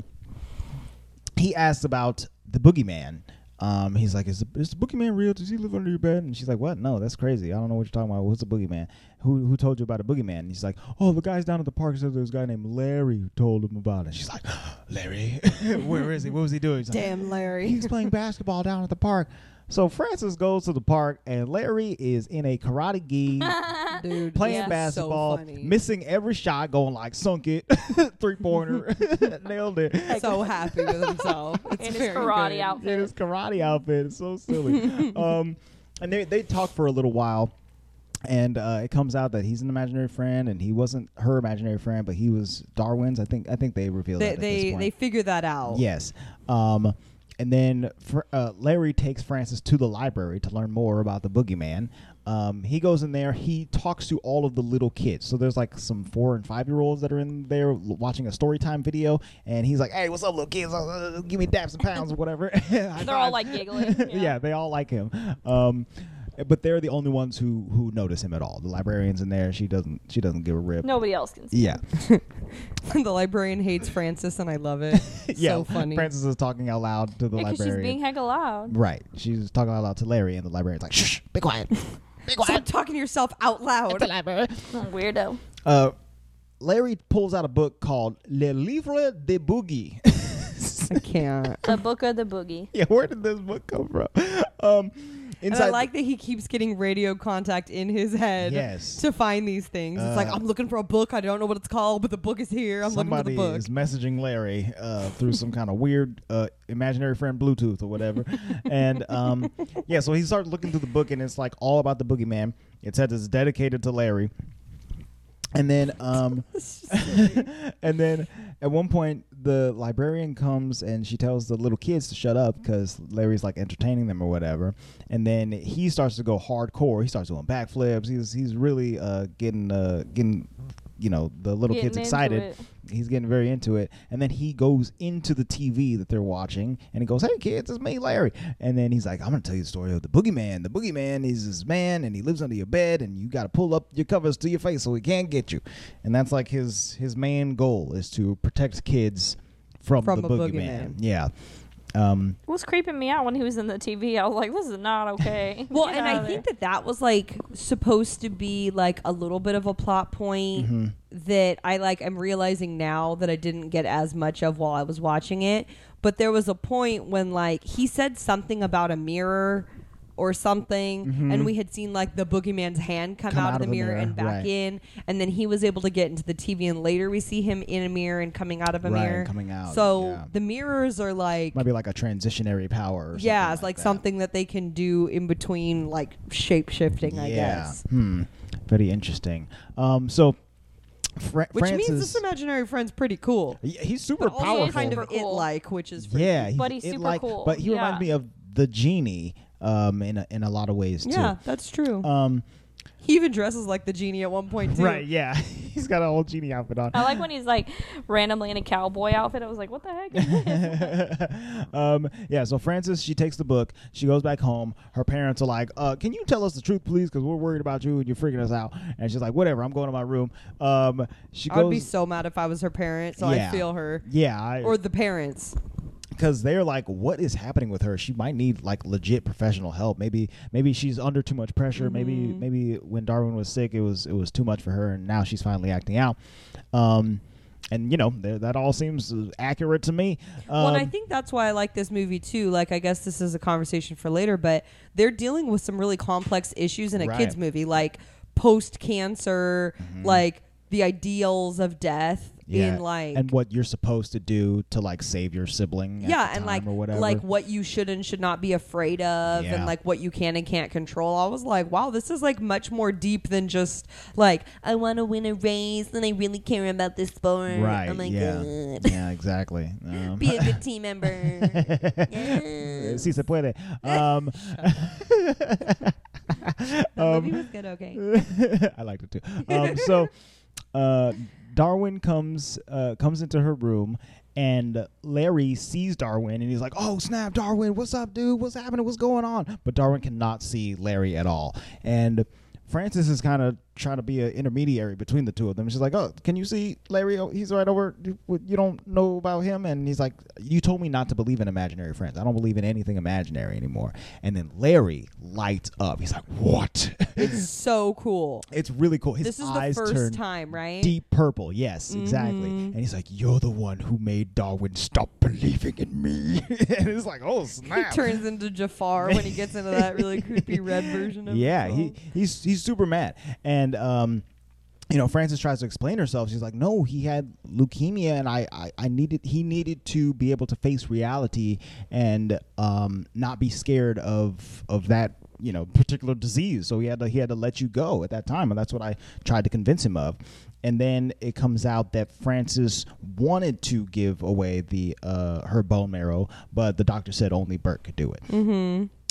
He asks about the boogeyman. Um, he's like, is the, is the boogeyman real? Does he live under your bed? And she's like, what? No, that's crazy. I don't know what you're talking about. What's a boogeyman? Who who told you about a boogeyman? And he's like, oh, the guys down at the park said there was a guy named Larry who told him about it. She's like, Larry, where is he? What was he doing? He's like, Damn, Larry. he's playing basketball down at the park. So Francis goes to the park, and Larry is in a karate gi, Dude, playing this is so basketball, funny. missing every shot, going like sunk it, three pointer, nailed it. so happy with himself. It's In his very karate good. outfit. In his karate outfit, it's so silly. um, and they they talk for a little while, and uh, it comes out that he's an imaginary friend, and he wasn't her imaginary friend, but he was Darwin's. I think I think they revealed that They at this they, point. they figure that out. Yes. Um, and then Fr- uh, Larry takes Francis to the library to learn more about the boogeyman. Um, he goes in there. He talks to all of the little kids. So there's like some four and five year olds that are in there l- watching a story time video. And he's like, hey, what's up, little kids? Uh, give me daps and pounds or whatever. They're all like giggling. yeah. they all like him. Um, but they're the only ones who, who notice him at all. The librarian's in there. She doesn't she doesn't give a rip. Nobody else can see. Yeah. the librarian hates Francis, and I love it. yeah. So funny. Francis is talking out loud to the Because she's librarian. being heckled loud. Right. She's talking out loud to Larry, and the librarian's like, shh, shh, be quiet. Be Stop quiet. talking to yourself out At the loud. library. Weirdo. Uh, Larry pulls out a book called Le Livre de Boogie. I can't. The book of the boogie. yeah, where did this book come from? Um, And Inside I like that he keeps getting radio contact in his head Yes. to find these things. it's like Uh, I'm looking for a book. I don't know what it's called, but the book is here. I'm looking for somebody the book. is messaging Larry uh, through some kind of weird uh, imaginary friend Bluetooth or whatever, and um, yeah, so he starts looking through the book, and it's like all about the boogeyman. It says it's dedicated to Larry, and then um, and then at one point the librarian comes and she tells the little kids to shut up because Larry's like entertaining them or whatever, and then he starts to go hardcore. He starts doing backflips. He's he's really uh, getting uh, getting you know the little Getting kids into excited it. he's getting very into it and then he goes into the tv that they're watching and he goes hey kids it's me larry and then he's like i'm gonna tell you the story of the boogeyman the boogeyman is this man and he lives under your bed and you gotta pull up your covers to your face so he can't get you and that's like his his main goal is to protect kids from, From the a boogeyman. boogeyman. yeah um It was creeping me out when he was in the TV. I was like, this is not okay. Well, Get and out I of think there. that that was like supposed to be like a little bit of a plot point Mm-hmm. that I like I'm realizing now that I didn't get as much of while I was watching it. But there was a point when like he said something about a mirror or something Mm-hmm. and we had seen like the boogeyman's hand come, out, of the, mirror, and back right. in and then he was able to get into the TV and later we see him in a mirror and coming out of a Right, and mirror coming out, so yeah. the mirrors are like might be like a transitionary power or yeah, something it's like that. something that they can do in between, like shape shifting, I guess. hmm very interesting um so Fra- Which Francis, means this imaginary friend's pretty cool. Yeah, he's super But also powerful. kind of Super cool. it like, which is freaky. yeah, But he's it super like- cool. But he reminds Yeah. me of the genie um, in a, in a lot of ways too. Yeah, that's true. Um, he even dresses like the genie at one point too. right. Yeah, he's got an old genie outfit on. I like when he's like randomly in a cowboy outfit. I was like, what the heck? um, yeah, so Frances, she takes the book. She goes back home. Her parents are like, uh, Can you tell us the truth, please? Because we're worried about you and you're freaking us out. And she's like, Whatever, I'm going to my room. Um, she I goes. would be so mad if I was her parent, so Yeah. I feel her. yeah, I, Or the parents. because they're like, what is happening with her? She might need like legit professional help. Maybe maybe she's under too much pressure. Maybe Mm-hmm. maybe when Darwin was sick, it was it was too much for her, and now she's finally acting out. Um, and you know th- that all seems uh, accurate to me. Um, well, and I think that's why I like this movie too. Like, I guess this is a conversation for later, but they're dealing with some really complex issues in a Right. Mm-hmm. kids movie, like post cancer, like the ideals of death yeah, in like. and what you're supposed to do to like save your sibling. at yeah, the and time like or whatever. like what you should and should not be afraid of, Yeah. and like what you can and can't control. I was like, wow, this is like much more deep than just like I want to win a race and I really care about this sport. right? Oh my yeah, god, yeah, exactly. Um, be a good team member. yes. si se puede. Um, The movie was good. Okay. I liked it too. Um, so uh, Darwin comes uh, comes into her room, and Larry sees Darwin, and he's like, "Oh snap, Darwin! What's up, dude? What's happening? What's going on?" But Darwin cannot see Larry at all, and Francis is kind of trying to be an intermediary between the two of them. She's like, "Oh, can you see Larry? Oh, he's right over. You you don't know about him." And he's like, "You told me not to believe in imaginary friends. I don't believe in anything imaginary anymore." And then Larry lights up. He's like, "What?" It's so cool. It's really cool. His This is the eyes first turn time, Mm-hmm. right? deep purple. Yes, exactly. And he's like, "You're the one who made Darwin stop believing in me." and it's like, "Oh He snap!" turns into Jafar when he gets into that really creepy red version of Oh. yeah, he himself. he's he's super mad, and um. You know, Frances tries to explain herself. She's like, "No, he had leukemia, and I, I, I needed he needed to be able to face reality and um, not be scared of of that you know particular disease. So he had to he had to let you go at that time, and that's what I tried to convince him of. And then it comes out that Frances wanted to give away the uh, her bone marrow, but the doctor said only Bert could do it.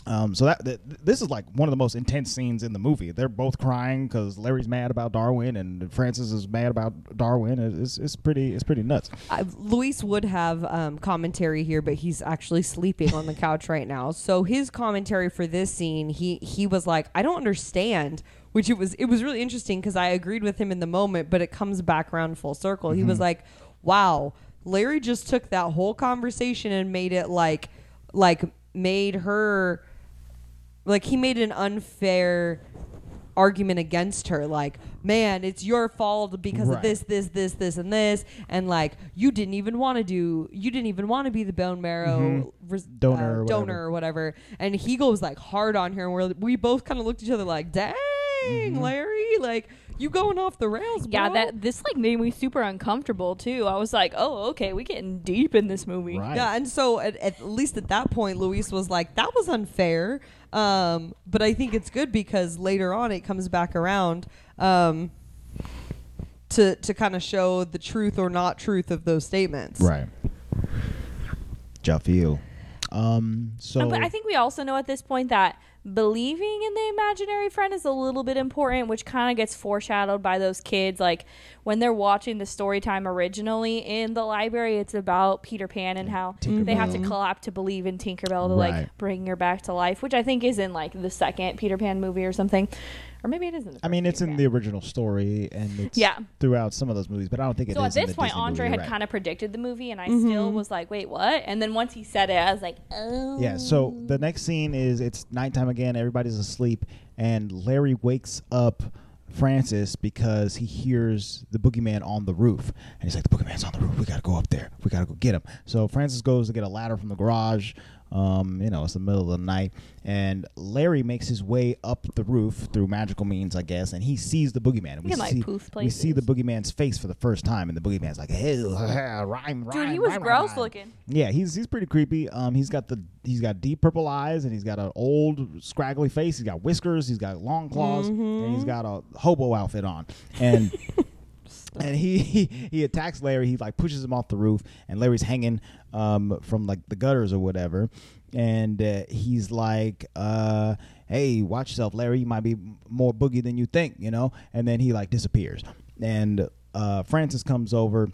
Um, so that, that this is like one of the most intense scenes in the movie. They're both crying because Larry's mad about Darwin and Francis is mad about Darwin. It- It's, it's pretty it's pretty nuts. I, Luis would have um, commentary here, but he's actually sleeping on the couch right now. So his commentary for this scene, he he was like, "I don't understand," which it was it was really interesting because I agreed with him in the moment, but it comes back around full circle. He Mm-hmm. was like, "Wow, Larry just took that whole conversation and made it like like made her like he made an unfair argument against her, like, man, it's your fault because Right. of this, this, this, this, and this, and like, you didn't even want to do, you didn't even want to be the bone marrow res- Mm-hmm. uh, Donor or whatever. donor or whatever. And he goes like hard on her, and we're, we both kind of looked at each other like, dang, Mm-hmm. Larry, like, you going off the rails, Yeah, bro. that this like made me super uncomfortable too. I was like, oh, okay, we getting deep in this movie. Right. Yeah, and so at, at least at that point, Luis was like, "That was unfair," um, but I think it's good because later on it comes back around um, to to kind of show the truth or not truth of those statements. Right. Jafiel. Um. So. But I think we also know at this point that believing in the imaginary friend is a little bit important, which kind of gets foreshadowed by those kids. Like when they're watching the story time originally in the library, it's about Peter Pan and how they have to Tinkerbell. clap to believe in Tinkerbell to Right. like bring her back to life, which I think is in like the second Peter Pan movie or something. Or maybe it isn't. the I mean, first it's Peter in Pan. the original story, and it's Yeah. throughout some of those movies, but I don't think it So is at in this the point, Disney Andre movie, had right. kind of predicted the movie, and I still was like, "Wait, what?" And then once he said it, I was like, "Oh, Yeah, so the next scene is it's nighttime again, everybody's asleep, and Larry wakes up Francis because he hears the boogeyman on the roof. And he's like, The boogeyman's on the roof, we gotta go up there, we gotta go get him. So Francis goes to get a ladder from the garage. Um, you know, it's the middle of the night, and Larry makes his way up the roof through magical means, I guess, and he sees the boogeyman. And we can, like, see poof we see the places. boogeyman's face for the first time, and the boogeyman's like, "Hey, rhyme, rhyme." dude, he rhyme, was rhyme, gross rhyme." looking." Yeah, he's he's pretty creepy. Um, he's got the he's got deep purple eyes, and he's got an old scraggly face. He's got whiskers. He's got long claws, and he's got a hobo outfit on. And and he, he he attacks Larry. He like pushes him off the roof, and Larry's hanging um from like the gutters or whatever. And uh, he's like, uh, "Hey, watch yourself, Larry. You might be m- more boogie than you think, you know." And then he like disappears, and uh, Francis comes over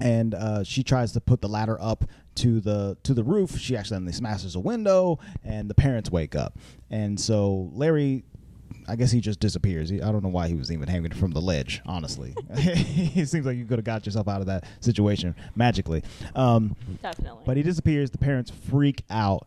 and uh, she tries to put the ladder up to the to the roof. She accidentally smashes a window, and the parents wake up. And so Larry, I guess he just disappears. He, I don't know why he was even hanging from the ledge. Honestly, it seems like you could have got yourself out of that situation magically. Um, Definitely. but he disappears. The parents freak out,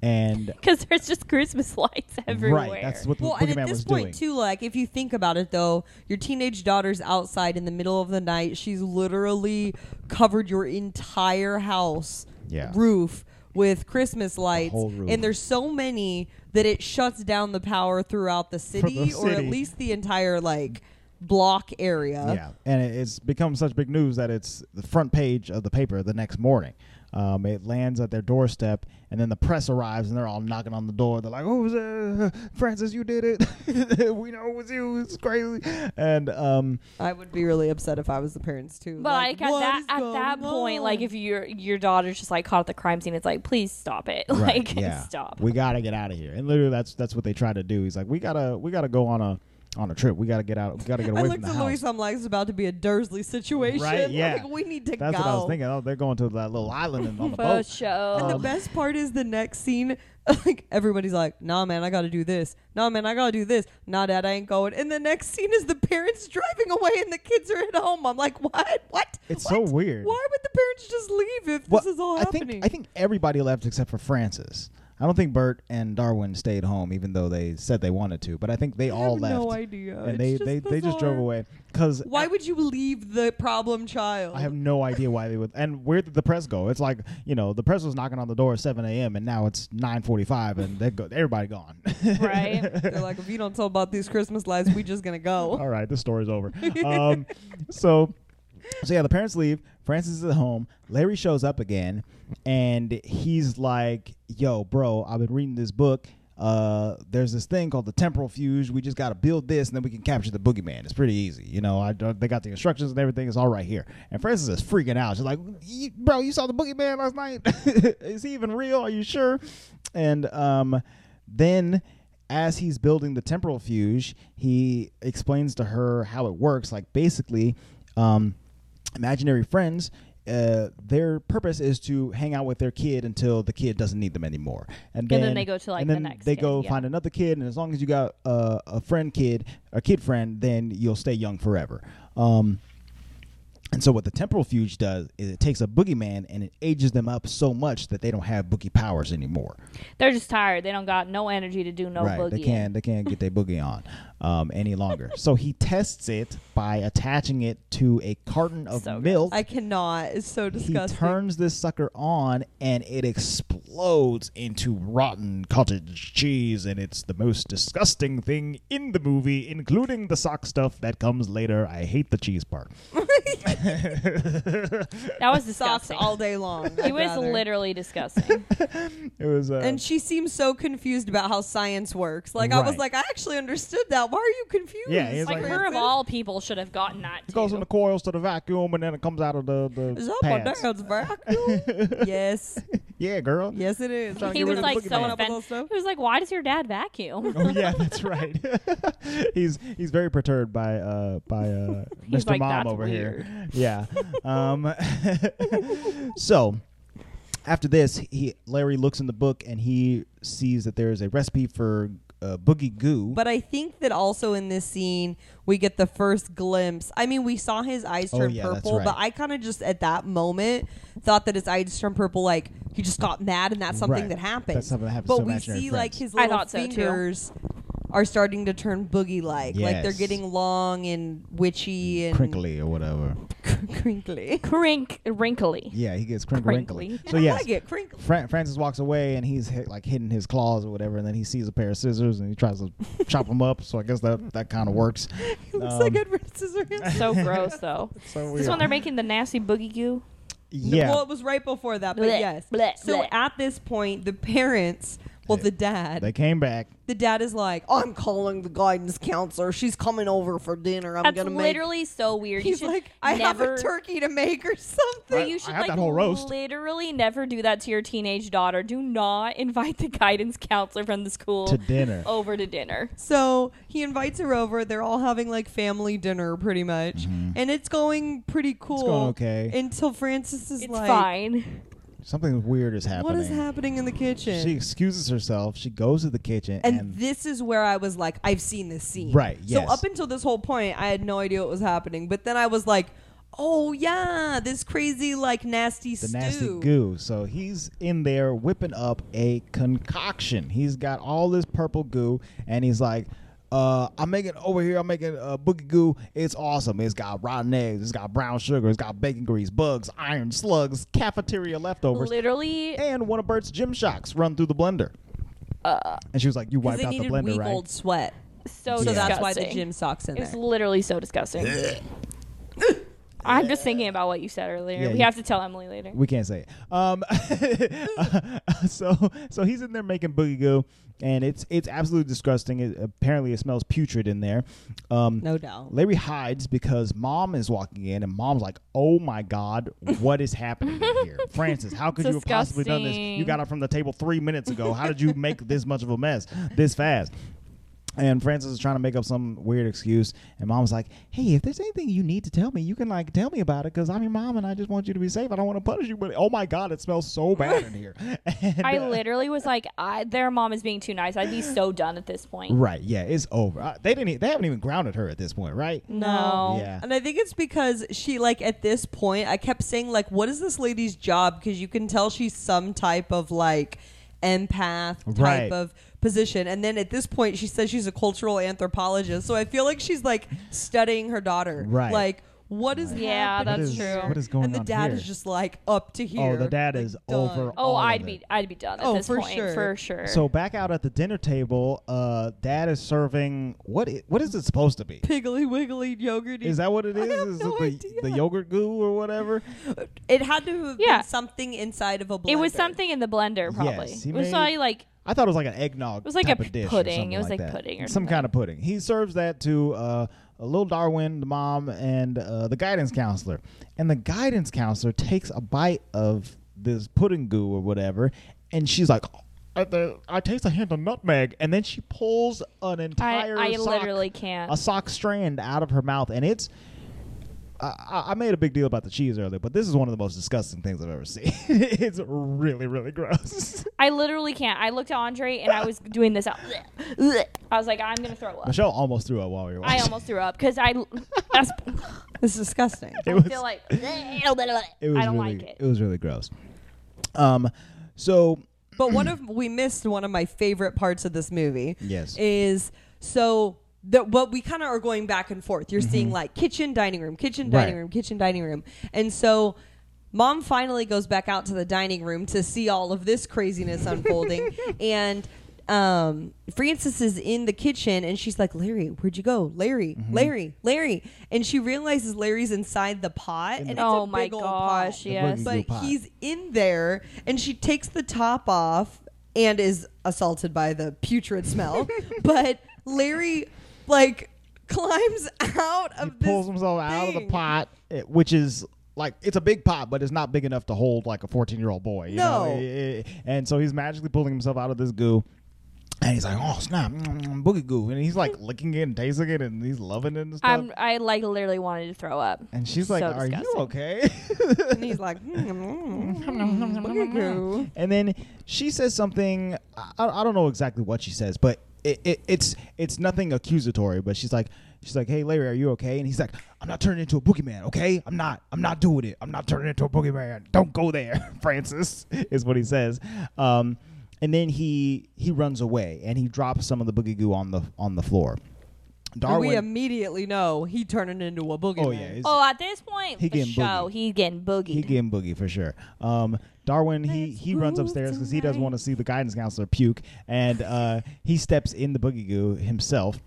and because there's just Christmas lights everywhere. right, that's what the Well, and boogeyman at was this point doing. too, like if you think about it, though, your teenage daughter's outside in the middle of the night. She's literally covered your entire house Yeah. roof with Christmas lights, whole roof. and there's so many that it shuts down the power throughout the city, or at city. least the entire like block area. Yeah, and it- it's become such big news that it's the front page of the paper the next morning. Um, it lands at their doorstep, and then the press arrives, and they're all knocking on the door. They're like, "Oh, was uh, Francis, you did it. we know it was you. It's crazy." And um, I would be really upset if I was the parents too. But like, at what that is at that going point, on? like if your your daughter's just like caught at the crime scene, it's like, please stop it. like, stop. We gotta get out of here. And literally, that's that's what they try to do. He's like, "We gotta, we gotta go on a on a trip. We gotta get out. We gotta get I away from looked the at house." Luis, I'm like, it's about to be a Dursley situation. Right, yeah. Like, we need to that's go. what I was thinking. Oh, they're going to that little island and on the For boat. sure. Um, And the best part is the next scene. Like everybody's like, "Nah, man, I gotta do this. Nah, man, I gotta do this. Nah, dad, I ain't going." And the next scene is the parents driving away, and the kids are at home. I'm like, "What? What? It's What? so weird. Why would the parents just leave if Well, this is all I happening?" Think, I think everybody left except for Francis. I don't think Bert and Darwin stayed home, even though they said they wanted to. But I think they I all have left. no idea. And It's they just they, they just drove bizarre. away because Why would you leave the problem child? uh, I have no idea why they would. And where did the press go? It's like you know the press was knocking on the door at 7 a.m. and now it's 9:45 and they go everybody gone. right. They're like, if you don't tell about these Christmas lights, we just gonna go. all right, this story's over. Um, so, so yeah, the parents leave. Francis is at home. Larry shows up again, and he's like, "Yo, bro, I've been reading this book. Uh, there's this thing called the temporal fuse. We just got to build this, and then we can capture the boogeyman. It's pretty easy, you know. I they got the instructions and everything. It's all right here." And Francis is freaking out. She's like, "You- "Bro, you saw the boogeyman last night? is he even real? Are you sure?" And um, then as he's building the temporal fuse, he explains to her how it works. Like basically, um, imaginary friends. Uh, their purpose is to hang out with their kid until the kid doesn't need them anymore, and then, then they go to, like, and the then next They kid, go yeah. find another kid, and as long as you got uh, a friend kid, a kid friend, then you'll stay young forever. Um, and so what the temporal fuge does is it takes a boogeyman and it ages them up so much that they don't have boogie powers anymore They're just tired. They don't got no energy to do no right. boogie. They can't. They can't get their boogie on. um, any longer. so he tests it by attaching it to a carton of So good. milk. I cannot. It's so he disgusting. turns this sucker on and it explodes into rotten cottage cheese and it's the most disgusting thing in the movie including the sock stuff that comes later i hate the cheese part That was socks disgusting. all day long. It I'd was rather. literally disgusting. it was uh, And she seems so confused about how science works. Like I was Right. like, I actually understood that. Why are you confused? Yeah, he's like, like- her of all people should have gotten that. it goes from too. the coils to the vacuum and then it comes out of the, the Is that pads. my dad's vacuum? yes, yeah girl yes, it is. Trying to He get was rid of like the so boogeyman. offended. He was like, "Why does your dad vacuum?" Oh yeah, that's right. he's he's very perturbed by uh by uh He's Mr. like, Mom "That's over here. Yeah. um so after this, he Larry looks in the book and he sees that there is a recipe for uh, boogie goo. But I think that also in this scene we get the first glimpse. I mean, we saw his eyes Oh, turn yeah, that's purple, right. but I kind of just at that moment thought that his eyes turned purple, like he just got mad, and that's something Right. that happened. That's something that happens But to we see imaginary like friends. his I little thought so, too. fingers are starting to turn boogie like, like they're Yes. getting long and witchy and crinkly or whatever. crinkly. Crink, wrinkly. Yeah, he gets crink- Crinkly. wrinkly. I So yes, like it, crinkly. Fran- Francis walks away and he's hit, like hitting his claws or whatever, and then he sees a pair of scissors and he tries to chop them up. So I guess that that kind of works. It looks like Um, Edward Scissorhands. So gross, though. So This is when they're making the nasty boogie goo. No, yeah. Well, it was right before that, but Blech, yes. blech, so blech. at this point, the parents, well, the dad, they came back. the dad is like, I'm calling the guidance counselor. She's coming over for dinner. I'm That's gonna make. literally so weird. He's you should like, I never, have a turkey to make or something. I- You should I had like that whole roast. literally never do that to your teenage daughter. Do not invite the guidance counselor from the school Oh, To dinner. over to dinner. So he invites her over. They're all having like family dinner, pretty much, and it's going pretty cool. Mm-hmm. okay. Until Francis is It's like, fine. Something weird is happening. "What is happening in the kitchen?" She excuses herself. She goes to the kitchen and, and, this is where I was like, I've seen this scene. Right, yes. So up until this whole point, I had no idea what was happening. But then I was like, oh yeah, this crazy like nasty the stew. nasty goo. So he's in there whipping up a concoction. He's got all this purple goo, and he's like. Uh, I'm making over here. I'm making uh, boogie goo. It's awesome. It's got rotten eggs. It's got brown sugar. It's got bacon grease, bugs, iron slugs, cafeteria leftovers, Literally, and one of Bert's gym shocks run through the blender. and she was like, "You wiped Because they out the Uh, needed blender, week right?" old sweat. so So disgusting. that's why the gym socks in It's there. literally so disgusting. I'm just thinking about what you said earlier. Yeah, we you- have to tell Emily later. We can't say it. Um, so so he's in there making boogie goo, and it's it's absolutely disgusting. It, apparently, it smells putrid in there. Um, No doubt. Larry hides because mom is walking in, and mom's like, "Oh my god, what is happening in here, Francis? How could you have possibly done this? You Disgusting. got up from the table three minutes ago. How did you make this much of a mess this fast?" And Francis is trying to make up some weird excuse, and Mom's like, "Hey, if there's anything you need to tell me, you can like tell me about it, because I'm your mom, and I just want you to be safe. I don't want to punish you, but oh my God, it smells so bad in here." And, I uh, literally was like, I, their mom is being too nice. I'd be so done at this point. right, yeah, it's over. Uh, they didn't. e- They haven't even grounded her at this point, right? No. Yeah. And I think it's because she like at this point I kept saying like what is this lady's job because you can tell she's some type of like empath type Right. of position and then at this point she says she's a cultural anthropologist so I feel like she's like studying her daughter Right. like what is Yeah, happening that's here? true. What is going and the on dad here? Oh, is just like up to here the dad like, is done. over Oh, all of I'd it. be, I'd be done at Oh, this for point sure. for sure. So back out at the dinner table, uh, Dad is serving what? i- what is it supposed to be? piggly wiggly yogurt Is that what it I is? have is no it the, idea. the yogurt goo or whatever? it had to have Yeah. been something inside of a blender it was something in the blender, probably. Yes, he it was made- probably like I thought it was like an eggnog. It was like type a of dish or pudding. something It was like that. pudding or some kind of pudding. He serves that to uh, a little Darwin, the mom, and uh, the guidance counselor. And the guidance counselor takes a bite of this pudding goo or whatever, and she's like. "I- the- I taste a hint of nutmeg, and then she pulls an entire I sock- literally can't. a sock strand out of her mouth, and it's. I, I I made a big deal about the cheese earlier, but this is one of the most disgusting things I've ever seen. it's really, really gross. I literally can't. I looked at Andre and I was doing this out. I was like, I'm gonna throw up. Michelle almost threw up while we were watching. I almost threw up because I that's, it's disgusting It I was, feel like I don't was really, like it. was really gross. Um, so But one of we missed one of my favorite parts of this movie. Yes. Is so that but we kind of are going back and forth. You're seeing like kitchen, dining room, kitchen, dining Mm-hmm. Right. room, kitchen, dining room. And so mom finally goes back out to the dining room to see all of this craziness unfolding and um, Frances is in the kitchen and she's like, Larry, where'd you go? Larry, Mm-hmm. Larry, Larry. And she realizes Larry's inside the pot. And it's oh a my big old pot gosh, The yes. boogie- but pot. he's in there and she takes the top off and is assaulted by the putrid smell but larry like climbs out of he pulls this himself out of the thing. pot, it- which is like it's a big pot, but it's not big enough to hold like a fourteen-year-old boy. You know? No. Eh, eh, and so he's magically pulling himself out of this goo. And he's like, oh snap, mm, mm, boogie goo, and he's like licking it and tasting it, and he's loving it and stuff. I'm, I like literally wanted to throw up. and she's like, so "Are you disgusting. okay?" and he's like "Mm, mm-hmm. and then she says something. I, I don't know exactly what she says, but it, it, it's it's nothing accusatory. But she's like, she's like, "Hey Larry, are you okay?" And he's like, "I'm not turning into a boogeyman, okay? I'm not. I'm not doing it. I'm not turning into a boogeyman. Don't go there, Francis." Is what he says. Um, and then he he runs away and he drops some of the boogie goo on the on the floor. Darwin. we immediately know he turning into a boogeyman oh yeah, it's- Oh, at this point, He for getting show, boogied. he getting boogied. He getting boogie for sure. Um, Darwin, he, Let's he runs move upstairs because he doesn't tonight. want to see the guidance counselor puke, and uh, he steps in the boogie goo himself.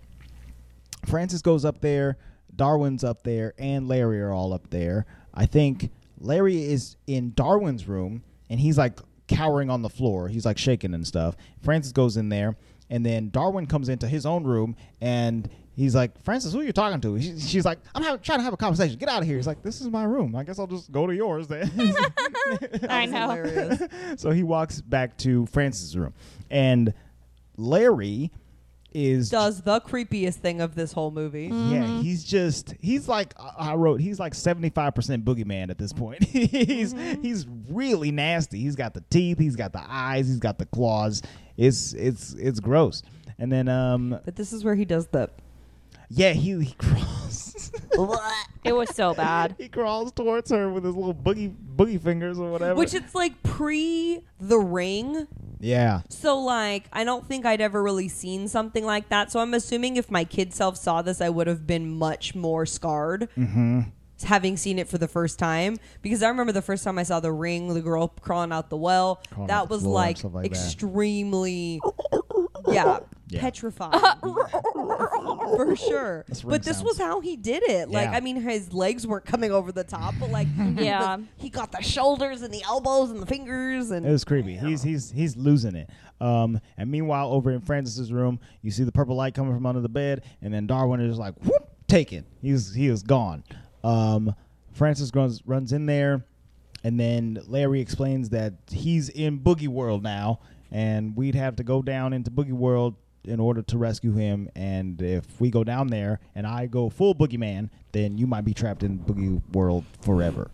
Francis goes up there, Darwin's up there, and Larry are all up there. I think Larry is in Darwin's room, and he's like cowering on the floor. He's like shaking and stuff. Francis goes in there, and then Darwin comes into his own room, and he's like, Francis, who are you talking to? She- She's like, I'm having, trying to have a conversation. Get out of here. He's like, This is my room. I guess I'll just go to yours then. I know. Hilarious. so he walks back to Francis's room, and Larry is does the creepiest thing of this whole movie yeah, he's just he's like I I wrote he's like 75% boogeyman at this point. he's he's really nasty. He's got the teeth, he's got the eyes, he's got the claws. It's it's it's gross. And then um but this is where he does the yeah, he, he crawls it was so bad. he crawls towards her with his little boogie boogie fingers or whatever. which it's like pre the ring yeah. So like I don't think I'd ever really seen something like that. So I'm assuming if my kid self saw this, I would have been much more scarred Mm-hmm. having seen it for the first time. Because I remember the first time I saw the ring, the girl crawling out the well. Crawling out that the was floor and like, stuff like that. extremely yeah, Yeah. petrifying. for sure. That's ring But this sounds. was how he did it. Like Yeah. I mean his legs weren't coming over the top, but like Yeah. he got the shoulders and the elbows and the fingers and It was creepy. He's he's he's losing it. Um, and meanwhile, over in Francis's room, you see the purple light coming from under the bed, and then Darwin is like, "Whoop!" Taken. He's he is gone. Um, Francis runs runs in there, and then Larry explains that he's in Boogie World now, and we'd have to go down into Boogie World in order to rescue him. And if we go down there, and I go full boogeyman, then you might be trapped in Boogie World forever.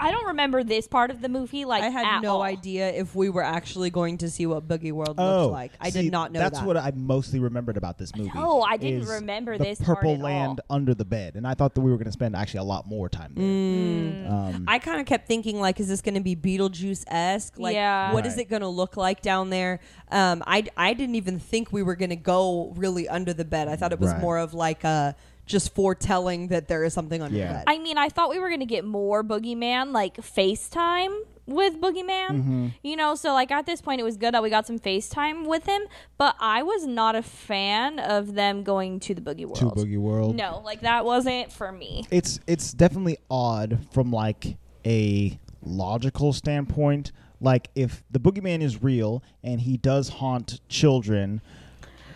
I don't remember this part of the movie like I had at no all. idea if we were actually going to see what Boogie World Oh, looks like. I see, did not know That's that. what I mostly remembered about this movie. Oh, I didn't is remember the this part purple at all. land under the bed, and I thought that we were going to spend actually a lot more time there. Mm. Um, I kind of kept thinking like, is this going to be Beetlejuice esque? Like, Yeah. what is Right. it going to look like down there? Um, I I didn't even think we were going to go really under the bed. I thought it was Right. more of like a just foretelling that there is something under Yeah. the bed. I mean, I thought we were gonna get more Boogeyman, like FaceTime with Boogeyman. Mm-hmm. You know, so like at this point, it was good that we got some FaceTime with him. But I was not a fan of them going to the Boogie World. to Boogie World. No, like that wasn't for me. it's it's definitely odd from like a logical standpoint. Like if the boogeyman is real and he does haunt children,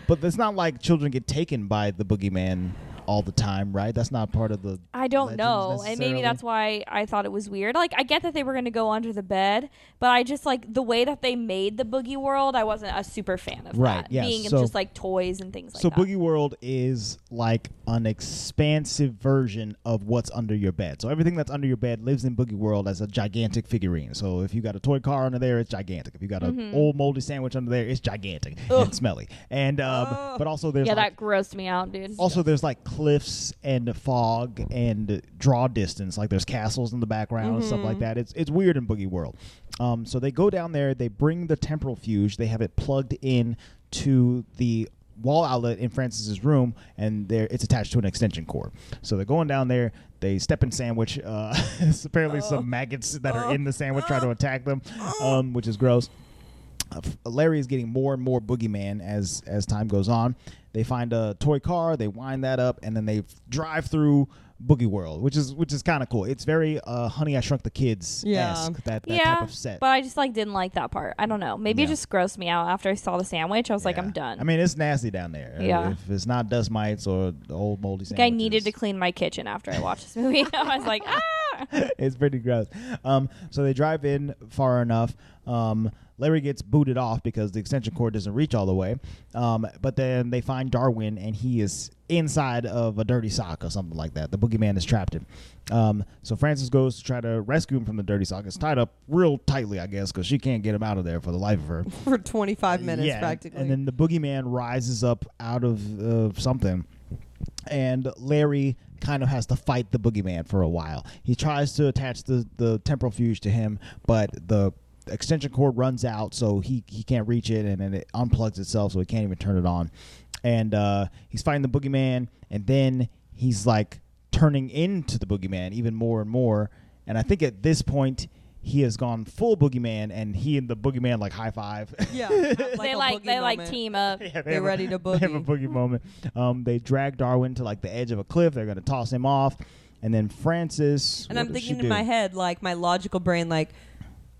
but it's not like children get taken by the boogeyman all the time, right? That's not part of the. I don't legends know. And necessarily. maybe that's why I thought it was weird. Like, I get that they were going to go under the bed, but I just like the way that they made the Boogie World, I wasn't a super fan of Right, that. yes. Being in So- just like toys and things like so that. Boogie World is like an expansive version of what's under your bed. So everything that's under your bed lives in Boogie World as a gigantic figurine. So if you got a toy car under there, it's gigantic. If you got Mm-hmm. an old moldy sandwich under there, it's gigantic and smelly. And um, but also there's yeah, like, that grossed me out, dude. also there's like cliffs and fog and draw distance like there's castles in the background and stuff like that it's it's weird in boogie world um, so they go down there they bring the temporal fuge they have it plugged in to the wall outlet in Francis's room, and there it's attached to an extension cord. So they're going down there. They step in sandwich. Uh, it's apparently some maggots that are in the sandwich try to attack them, um, which is gross. Uh, F- Larry is getting more and more boogeyman as as time goes on. They find a toy car, they wind that up, and then they f- drive through Boogie World, which is which is kind of cool. It's very uh, Honey I Shrunk the Kids esque Yeah. that, that yeah, type of set. but I just like didn't like that part. I don't know. Maybe it Yeah. just grossed me out after I saw the sandwich. I was like, Yeah. I'm done. I mean, it's nasty down there. Uh, Yeah. If it's not dust mites or the old moldy like sandwiches, I needed to clean my kitchen after I watched this movie. I was like, ah. it's pretty gross. Um, so they drive in far enough. Um, Larry gets booted off because the extension cord doesn't reach all the way. Um, but then they find Darwin and he is inside of a dirty sock or something like that. The boogeyman is trapped him. Um, so Francis goes to try to rescue him from the dirty sock. It's tied up real tightly, I guess, because she can't get him out of there for the life of her. for 25 minutes Yeah, practically. And then the boogeyman rises up out of uh, something, and Larry kind of has to fight the boogeyman for a while. He tries to attach the the temporal fuse to him, but the extension cord runs out, so he he can't reach it, and then it unplugs itself, so he can't even turn it on. And uh, he's fighting the boogeyman, and then he's like turning into the boogeyman even more and more. And I think at this point. He has gone full boogeyman, and he and the boogeyman like high five. yeah, they like they like team up. Yeah, They're have a- ready to They have a boogie. boogie moment. Um, they drag Darwin to like the edge of a cliff. They're going to toss him off, and then Francis. And what I'm does she thinking in do? my head, like my logical brain, like,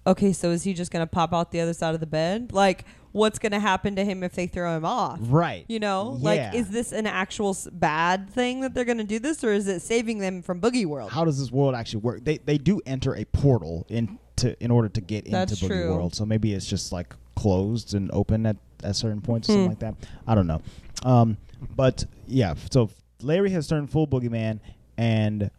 okay, so is he just gonna pop out the other side of the bed? Like, what's gonna happen to him if they throw him off? Right. You know, Yeah. like, is this an actual s- bad thing that they're gonna do this, or is it saving them from Boogie World? How does this world actually work? They they do enter a portal in to in order to get That's into boogie true. world. So maybe it's just like closed and open at at certain points, or something like that. I don't know. Um, but yeah, so Larry has turned full boogeyman, and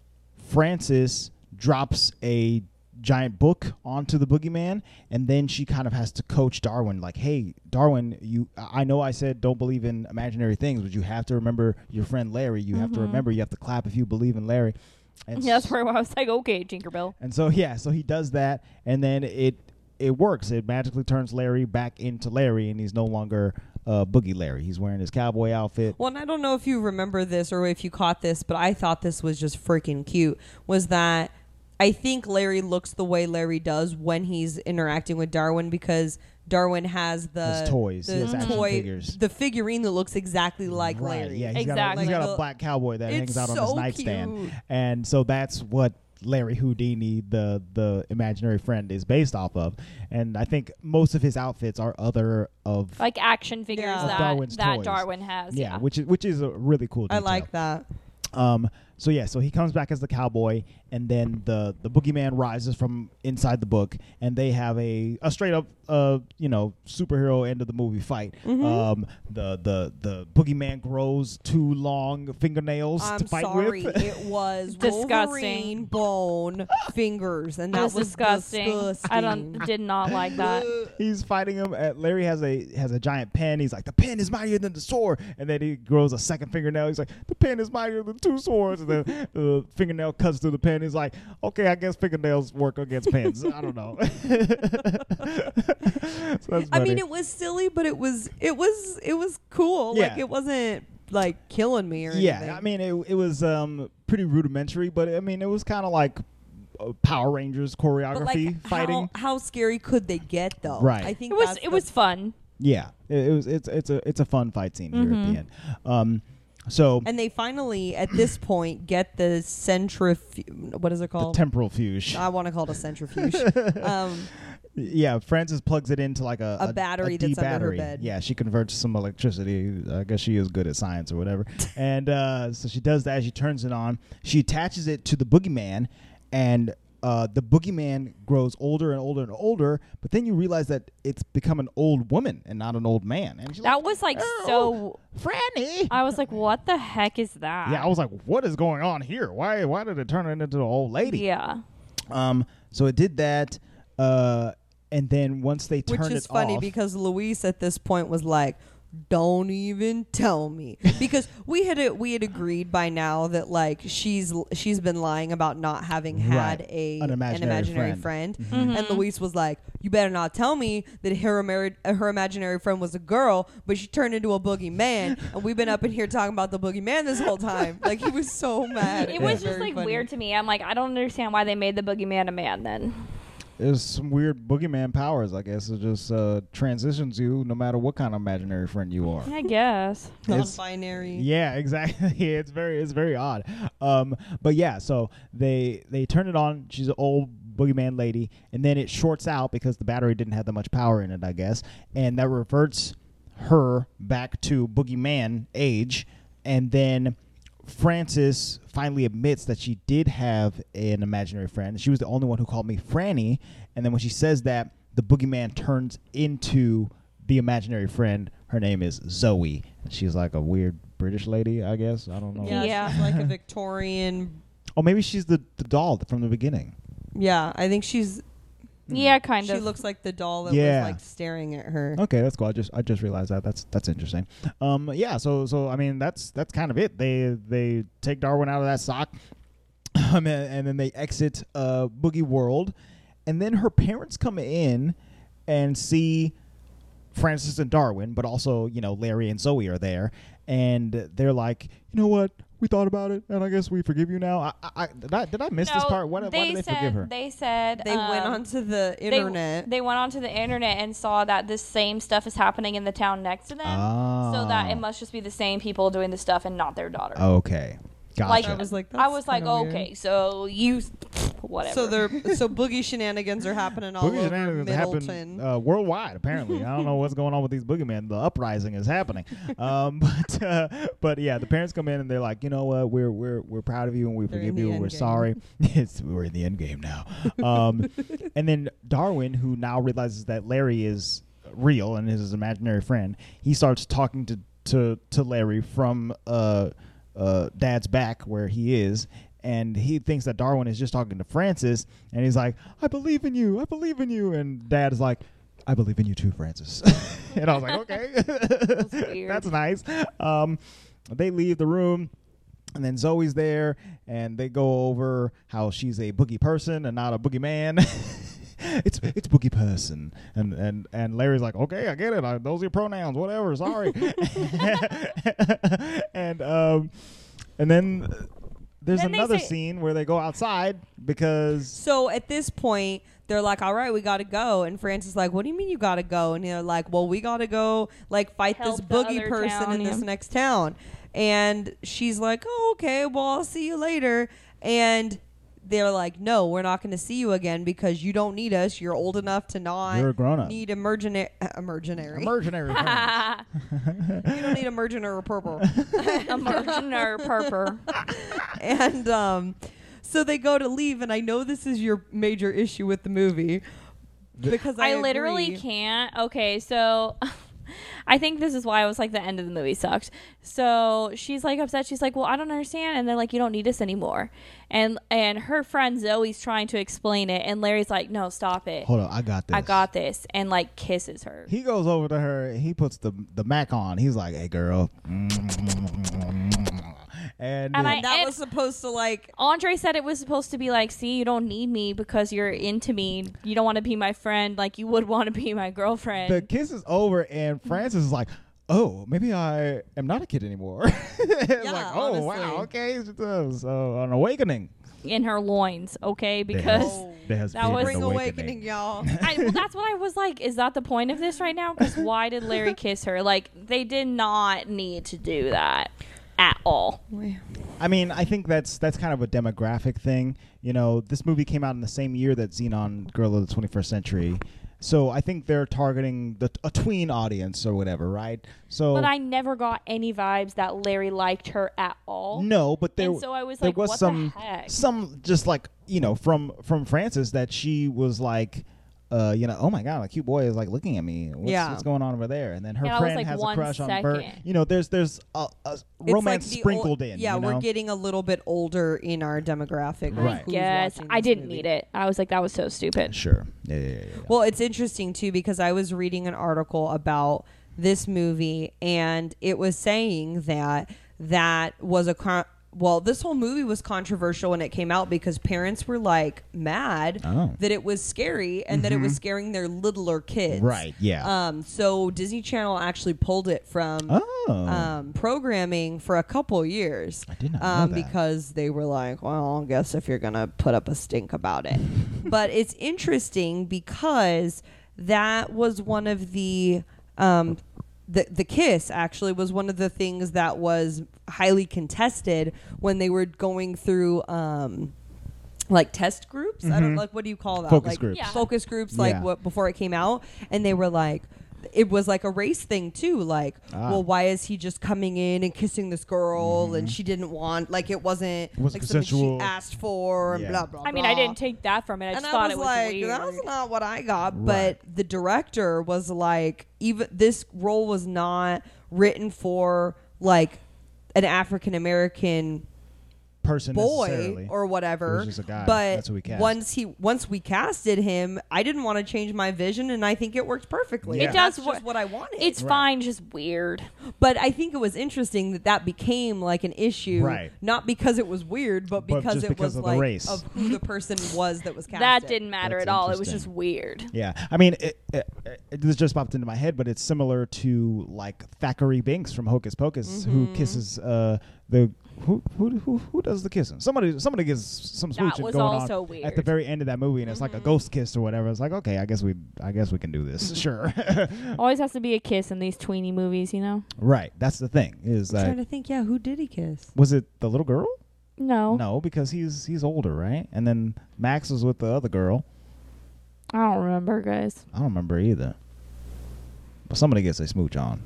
Francis drops a giant book onto the boogeyman and then she kind of has to coach darwin like hey darwin you i I know i said don't believe in imaginary things but you have to remember your friend larry you have to remember you have to clap if you believe in larry and Yeah, that's where I was like, okay, Tinkerbell. and so yeah, so he does that, and then it it works. It magically turns Larry back into Larry, and he's no longer uh, Boogie Larry. He's wearing his cowboy outfit. Well, and I don't know if you remember this or if you caught this, but I thought this was just freaking cute. Was that I think Larry looks the way Larry does when he's interacting with Darwin because Darwin has the His toys, the his action toy, figures. the figurine that looks exactly like right? Larry. Yeah, he's got a, Exactly. he's got a Like, black cowboy that it's hangs out on his so nightstand, cute. and so that's what. Larry Houdini, the the imaginary friend, is based off of, and I think most of his outfits are other of Like action figures Yeah. Of that Darwin's that toys. Darwin has. Yeah, which is which is a really cool. I Detail. like that. Um, so yeah, so he comes back as the cowboy, and then the the boogeyman rises from inside the book, and they have a, a straight up uh you know superhero end of the movie fight. Mm-hmm. Um, the the the boogeyman grows two long fingernails I'm to fight sorry, with. it was Disgusting. Wolverine bone fingers, and that that was, disgusting. I don't disgusting. did not like that. He's fighting him. At, Larry has a has a giant pen. He's like, the pen is mightier than the sword. And then he grows a second fingernail. He's like, the pen is mightier than two swords. And then the fingernail cuts through the pen. He's like, okay, I guess fingernails work against pens. I don't know. So that's I funny. mean, it was silly, but it was it was it was cool. Yeah. Like it wasn't like killing me or anything. yeah, I mean, it it was um pretty rudimentary, but I mean, it was kind of like uh, Power Rangers But, choreography like, fighting. How, how scary could they get though? Right. I think It was that's it the- was fun. Yeah, it, it was. It's it's a it's a fun fight scene here at the end. Um, so Mm-hmm. And they finally, at this point, get the centrifuge. What is it the called? temporal fuse. I want to call it a centrifuge. um, Yeah, Frances plugs it into like a A battery D that's under her battery. bed. Yeah, she converts some electricity. I guess she is good at science or whatever. and uh, so she does that. She turns it on. She attaches it to the boogeyman, and uh, the boogeyman grows older and older and older. But then you realize that it's become an old woman and not an old man. And she's That was like Oh. so. Franny. I was like, what the heck is that? yeah, I was like, what is going on here? Why? Why did it turn it into an old lady? Yeah. Um. So it did that. Uh. And then once they which turned is it funny off, because Luis at this point was like, don't even tell me because we had we had agreed by now that like she's she's been lying about not having had Right. a An imaginary friend. Mm-hmm. friend. Mm-hmm. and Luis was like you better not tell me that her married uh, her imaginary friend was a girl but she turned into a boogeyman and we've been up in here talking about the boogeyman this whole time like he was so mad It was just very like funny. weird to me. I'm like, I don't understand why they made the boogeyman a man then. There's some weird boogeyman powers, I guess. It just uh, transitions you no matter what kind of imaginary friend you are. I guess. It's- non-binary Yeah, exactly. It's very it's very odd. Um, but yeah, so they they turn it on. She's an old boogeyman lady, and then it shorts out because the battery didn't have that much power in it, I guess, and that reverts her back to boogeyman age, and then. Frances finally admits that she did have an imaginary friend. She was the only one who called me Franny. And then when she says that, the boogeyman turns into the imaginary friend. Her name is Zoe. She's like a weird British lady, I guess. I don't know. Yeah, Yeah. she's like a Victorian. Oh, maybe she's the, the doll from the beginning. Yeah, I think she's. Yeah, kind she of. looks like the doll that Yeah. was like staring at her. Okay, that's cool. I just I just realized that. That's that's interesting. Um, yeah. So so I mean that's that's kind of it. They they take Darwin out of that sock, um, and, and then they exit uh Boogie World, and then her parents come in and see Francis and Darwin, but also you know Larry and Zoe are there, and they're like, you know what. We thought about it, and I guess we forgive you now. I, I, I did I, did I miss this No, part? Why, why did they said, forgive her? They said They went um, onto the they- internet. They, went onto the internet and saw that this same stuff is happening in the town next to them. So that Ah. Oh. it must just be the same people doing the stuff and not their daughter. okay, gotcha. Like I was like, I that's was like, kinda weird. okay, so you, whatever. so they're so boogie shenanigans are happening all Boogie over shenanigans Middleton. happen uh, worldwide. Apparently, I don't know what's going on with these boogeymen. The uprising is happening, um, but uh, but yeah, the parents come in and they're like, you know what, we're we're we're proud of you and we They're in forgive the you. end We're game. sorry. it's we're in the end game now. Um, and then Darwin, who now realizes that Larry is real and is his imaginary friend, he starts talking to to to Larry from uh, uh, Dad's back where he is. And he thinks that Darwin is just talking to Francis, and he's like, "I believe in you, I believe in you." And Dad is like, "I believe in you too, Francis." and I was like, "Okay, weird. that's nice." Um, they leave the room. And then Zoe's there, and they go over how she's a boogie person and not a boogie man. it's it's boogie person, and and and Larry's like, okay, I get it. I, those are your pronouns, whatever. Sorry. and um, and then uh, there's Then they another say- scene where they go outside because so at this point, they're like, "All right, we gotta go." And Francis is like, "What do you mean you gotta go?" And they're like, "Well, we gotta go like fight this Help the boogie other person town, in this yeah. next town." And she's like, "Oh, okay. Well, I'll see you later." And they're like, "No, we're not going to see you again because you don't need us. You're old enough to not You're a grown-up. need emergenary emergenary. imaginary friends. you don't need emergenary purple." emergent or purper. and um, so they go to leave, and I know this is your major issue with the movie because I, I literally agree. can't. Okay, so I think this is why I was like the end of the movie sucked. So she's like upset. She's like, "Well, I don't understand." And they're like, "You don't need us anymore." And and her friend Zoe's trying to explain it, and Larry's like, "No, stop it. Hold on, I got this. I got this." And like kisses her. He goes over to her. and He puts the the Mac on. He's like, "Hey, girl," and, And uh, I- That And- was supposed to like. Andre said it was supposed to be like, see, you don't need me because you're into me. You don't want to be my friend like you would want to be my girlfriend. the kiss is over, and Francis is like, "Oh, maybe I am not a kid anymore." it's Yeah, like, "Oh, wow, honestly. okay." So, so an awakening. in her loins, okay? There Because has- there has that been was- an Bring awakening, y'all. I, well, that's what I was like. Is that the point of this right now? Because why did Larry kiss her? Like they did not need to do that at all. I mean, I think that's that's kind of a demographic thing. You know, this movie came out in the same year that Xenon Girl of the 21st Century. So I think they're targeting the a tween audience or whatever, right? So But I never got any vibes that Larry liked her at all. No, but there. And so I was there like, was what the some heck? some just like you know from from Francis that she was like. Uh, you know, oh my God, a cute boy is like looking at me. What's, Yeah. what's going on over there? And then her Yeah, that was, friend like, has a one crush on Bert. second. You know, there's there's a, a It's romance like the sprinkled old- in. Yeah, you know? we're getting a little bit older in our demographic. of Right. who's Yes, watching I this didn't movie. need it. I was like, that was so stupid. sure. Yeah, yeah, yeah. yeah. Well, it's interesting too because I was reading an article about this movie, and it was saying that that was a con- well, this whole movie was controversial when it came out because parents were like mad Oh. that it was scary and that it Mm-hmm. was scaring their littler kids. Right, yeah. Um, so Disney Channel actually pulled it from Oh. um, programming for a couple years. I did not know um, that. because they were like, well, I guess if you're gonna put up a stink about it, but it's interesting because that was one of the um, the the kiss actually was one of the things that was highly contested when they were going through. Um, like test groups, I don't like what do you call that? Mm-hmm. Focus like groups. Yeah. focus groups, like Yeah. what before it came out and they were like it was like a race thing too like Ah. well why is he just coming in and kissing this girl and she didn't want like it wasn't, Mm-hmm. wasn't like something consensual. she asked for and Yeah. blah blah I mean, I blah. didn't take that from it. I just and I thought was it was like, weird. that's not what I got. Right. But the director was like, even this role was not written for like an African American person boy necessarily. or whatever. It was just a guy. But That's what we cast. once he once we casted him, I didn't want to change my vision, and I think it worked perfectly. It And does that's wor- just what I wanted. it's fine, just weird. but I think it was interesting that that became like an issue, Right. Not because it was weird, but But because just it because was of the like race. of who the person was that was casted. That didn't matter That's at all. It was interesting. just weird. Yeah, I mean, it, it, it, this just popped into my head, but it's similar to like Thackeray Binks from Hocus Pocus, Mm-hmm. who kisses uh, the who, who who who does the kissing? Somebody somebody gets some That smooching was going also on at the weird. Mm-hmm. very end of that movie, and it's like a ghost kiss or whatever. It's like okay, I guess we I guess we can do this. sure, Always has to be a kiss in these tweeny movies, you know? right. That's the thing is I'm that trying to think, yeah, who did he kiss? was it the little girl? No. No, because he's he's older, right? And then Max was with the other girl. I don't remember, guys. I don't remember either, but somebody gets a smooch on,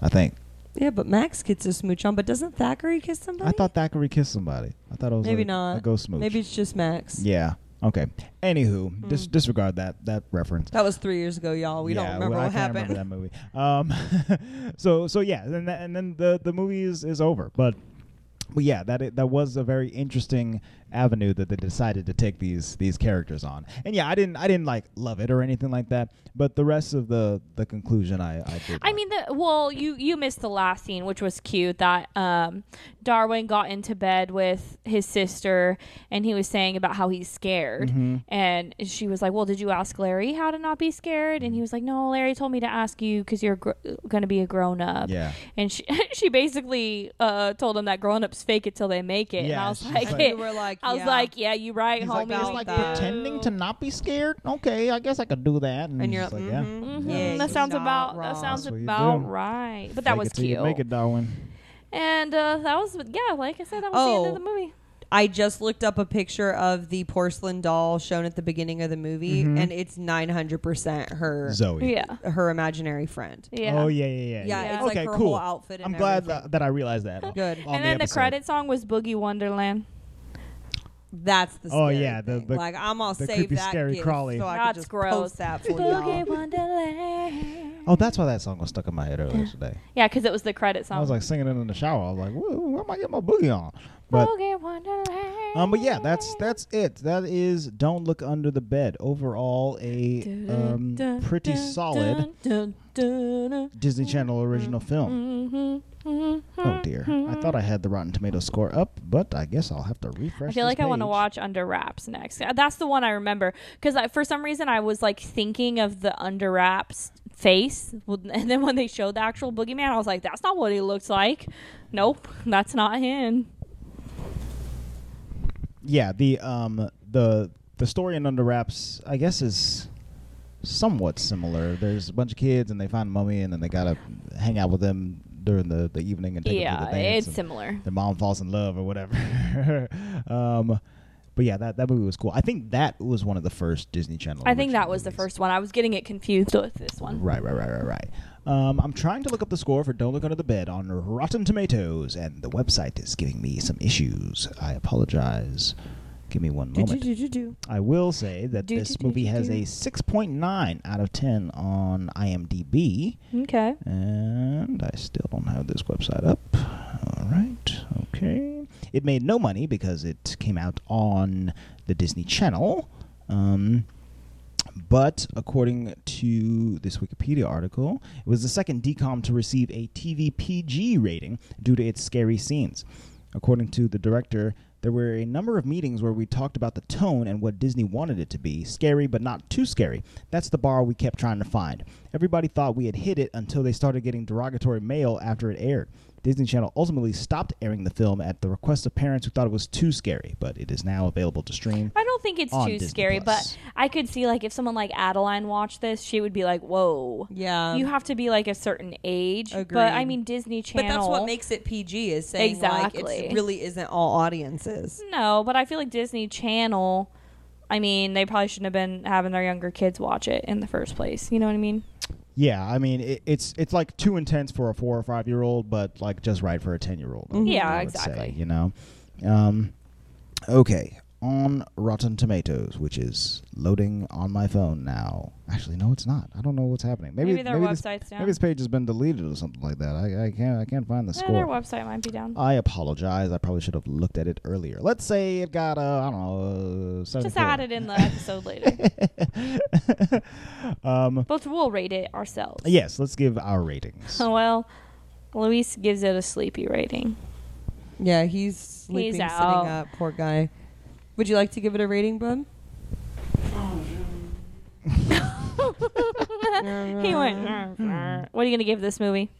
I think. Yeah, but Max gets a smooch on, but doesn't Thackeray kiss somebody? I thought Thackeray kissed somebody. I thought it was maybe a, not. a ghost smooch. Maybe it's just Max. Yeah. Okay. Anywho, dis- disregard that that reference. That was three years ago, y'all. We don't Yeah, remember well, I what can't happened. Remember that movie. Um, so so yeah, and then, and then the the movie is, is over, but. But yeah, that i that was a very interesting avenue that they decided to take these these characters on. And yeah, I didn't I didn't like love it or anything like that. But the rest of the the conclusion, I I did. I like. mean, the well, you you missed the last scene, which was cute. That um, Darwin got into bed with his sister, and he was saying about how he's scared, Mm-hmm. and she was like, "Well, did you ask Larry how to not be scared?" And he was like, "No, Larry told me to ask you because you're gr- going to be a grown up." Yeah. and she she basically uh, told him that grown ups fake it till they make it, and Yeah, I was she's like, like- And you were like, I was yeah. like, yeah, you right, He's like, homie." "It's about like that. pretending to not be scared. Okay, I guess I could do that. And, And you're it's like, like, yeah. mhm, Mhm, yeah, that you're sounds not about that wrong. sounds That's what you about do. right. But that Fake was it till you cute. Make it, Darwin. And uh, that was yeah, like I said, that was the end of Oh. the movie. I just looked up a picture of the porcelain doll shown at the beginning of the movie, and it's 900% her Mm-hmm. Zoe. Yeah, her imaginary friend. yeah. Oh yeah, yeah, yeah. Yeah, Yeah. it's like okay, her cool. whole outfit. And I'm glad everything. that, that I realized that. on- Good. on and then the episode. credit song was Boogie Wonderland. That's the. Oh, scary yeah, the- thing. the- like I'm all the save creepy, that scary gift crawly. So I That's can just gross. post that for Boogie y'all. Wonderland. Oh, that's why that song was stuck in my head earlier today. Yeah, because it was the credit song. I was like singing it in the shower. I was like, "Whoa, where am I getting my boogie on?" But Boogie Wonderland. um, but yeah, that's that's it. That is "Don't Look Under the Bed." Overall, a um, pretty solid Disney Channel original film. Oh dear, I thought I had the Rotten Tomato score up, but I guess I'll have to refresh. I feel this like I want to page. watch Under Wraps next. Uh, That's the one I remember because for some reason I was like thinking of the Under Wraps face, Well, and then when they showed the actual boogeyman, I was like, "That's not what he looks like." Nope, that's not him. yeah the um the the story in under wraps i guess is somewhat similar there's a bunch of kids and they find a mummy and then they gotta hang out with them during the, the evening and take them to yeah, the dance it's and similar. their mom falls in love or whatever um but yeah that, that movie was cool i think that was one of the first disney channel I think original that was the movies. first one. I was getting it confused with this one. Right, right, right, right, right. Um, I'm trying to look up the score for Don't Look Under the Bed on Rotten Tomatoes, and the website is giving me some issues. I apologize. Give me one moment. I will say that Do, this do, do, movie do, has do. a 6.9 out of 10 on IMDb, Okay. and I still don't have this website up. All right, okay. It made no money because it came out on the Disney Channel. Um, But according to this Wikipedia article, it was the second DCOM to receive a TV PG rating due to its scary scenes. According to the director, there were a number of meetings where we talked about the tone and what Disney wanted it to be scary, but not too scary. That's the bar we kept trying to find. Everybody thought we had hit it until they started getting derogatory mail after it aired. Disney Channel ultimately stopped airing the film at the request of parents who thought it was too scary, but it is now available to stream. I don't think it's on too Disney scary, Plus. but I could see like if someone like Adeline watched this, she would be like, "Whoa, Yeah. you have to be like a certain age." Agreed. But I mean, Disney Channel. But that's what makes it PG is saying like Exactly. it really isn't all audiences. no. But I feel like Disney Channel. I mean, they probably shouldn't have been having their younger kids watch it in the first place. You know what I mean? Yeah, I mean it, it's it's like too intense for a four or five year old, but like just right for a ten year old. Mm-hmm. Yeah, exactly. you know, um, okay. On Rotten Tomatoes, which is loading on my phone now. Actually, no, it's not. I don't know what's happening. Maybe Maybe their this, website's down. Maybe this page has been deleted or something like that. I, I can't I can't find the Yeah, Eh, their score. website might be down. I apologize. I probably should have looked at it earlier. Let's say it got uh, I don't know. Uh, Just 74. add it in the episode later. Um, But we'll rate it ourselves. Oh, yes, let's give our ratings. Well, Luis gives it a sleepy rating. Yeah, he's sleeping, out. sitting up. Poor guy. Would you like to give it a rating, bud? He went. "Grr, grr." What are you gonna give this movie?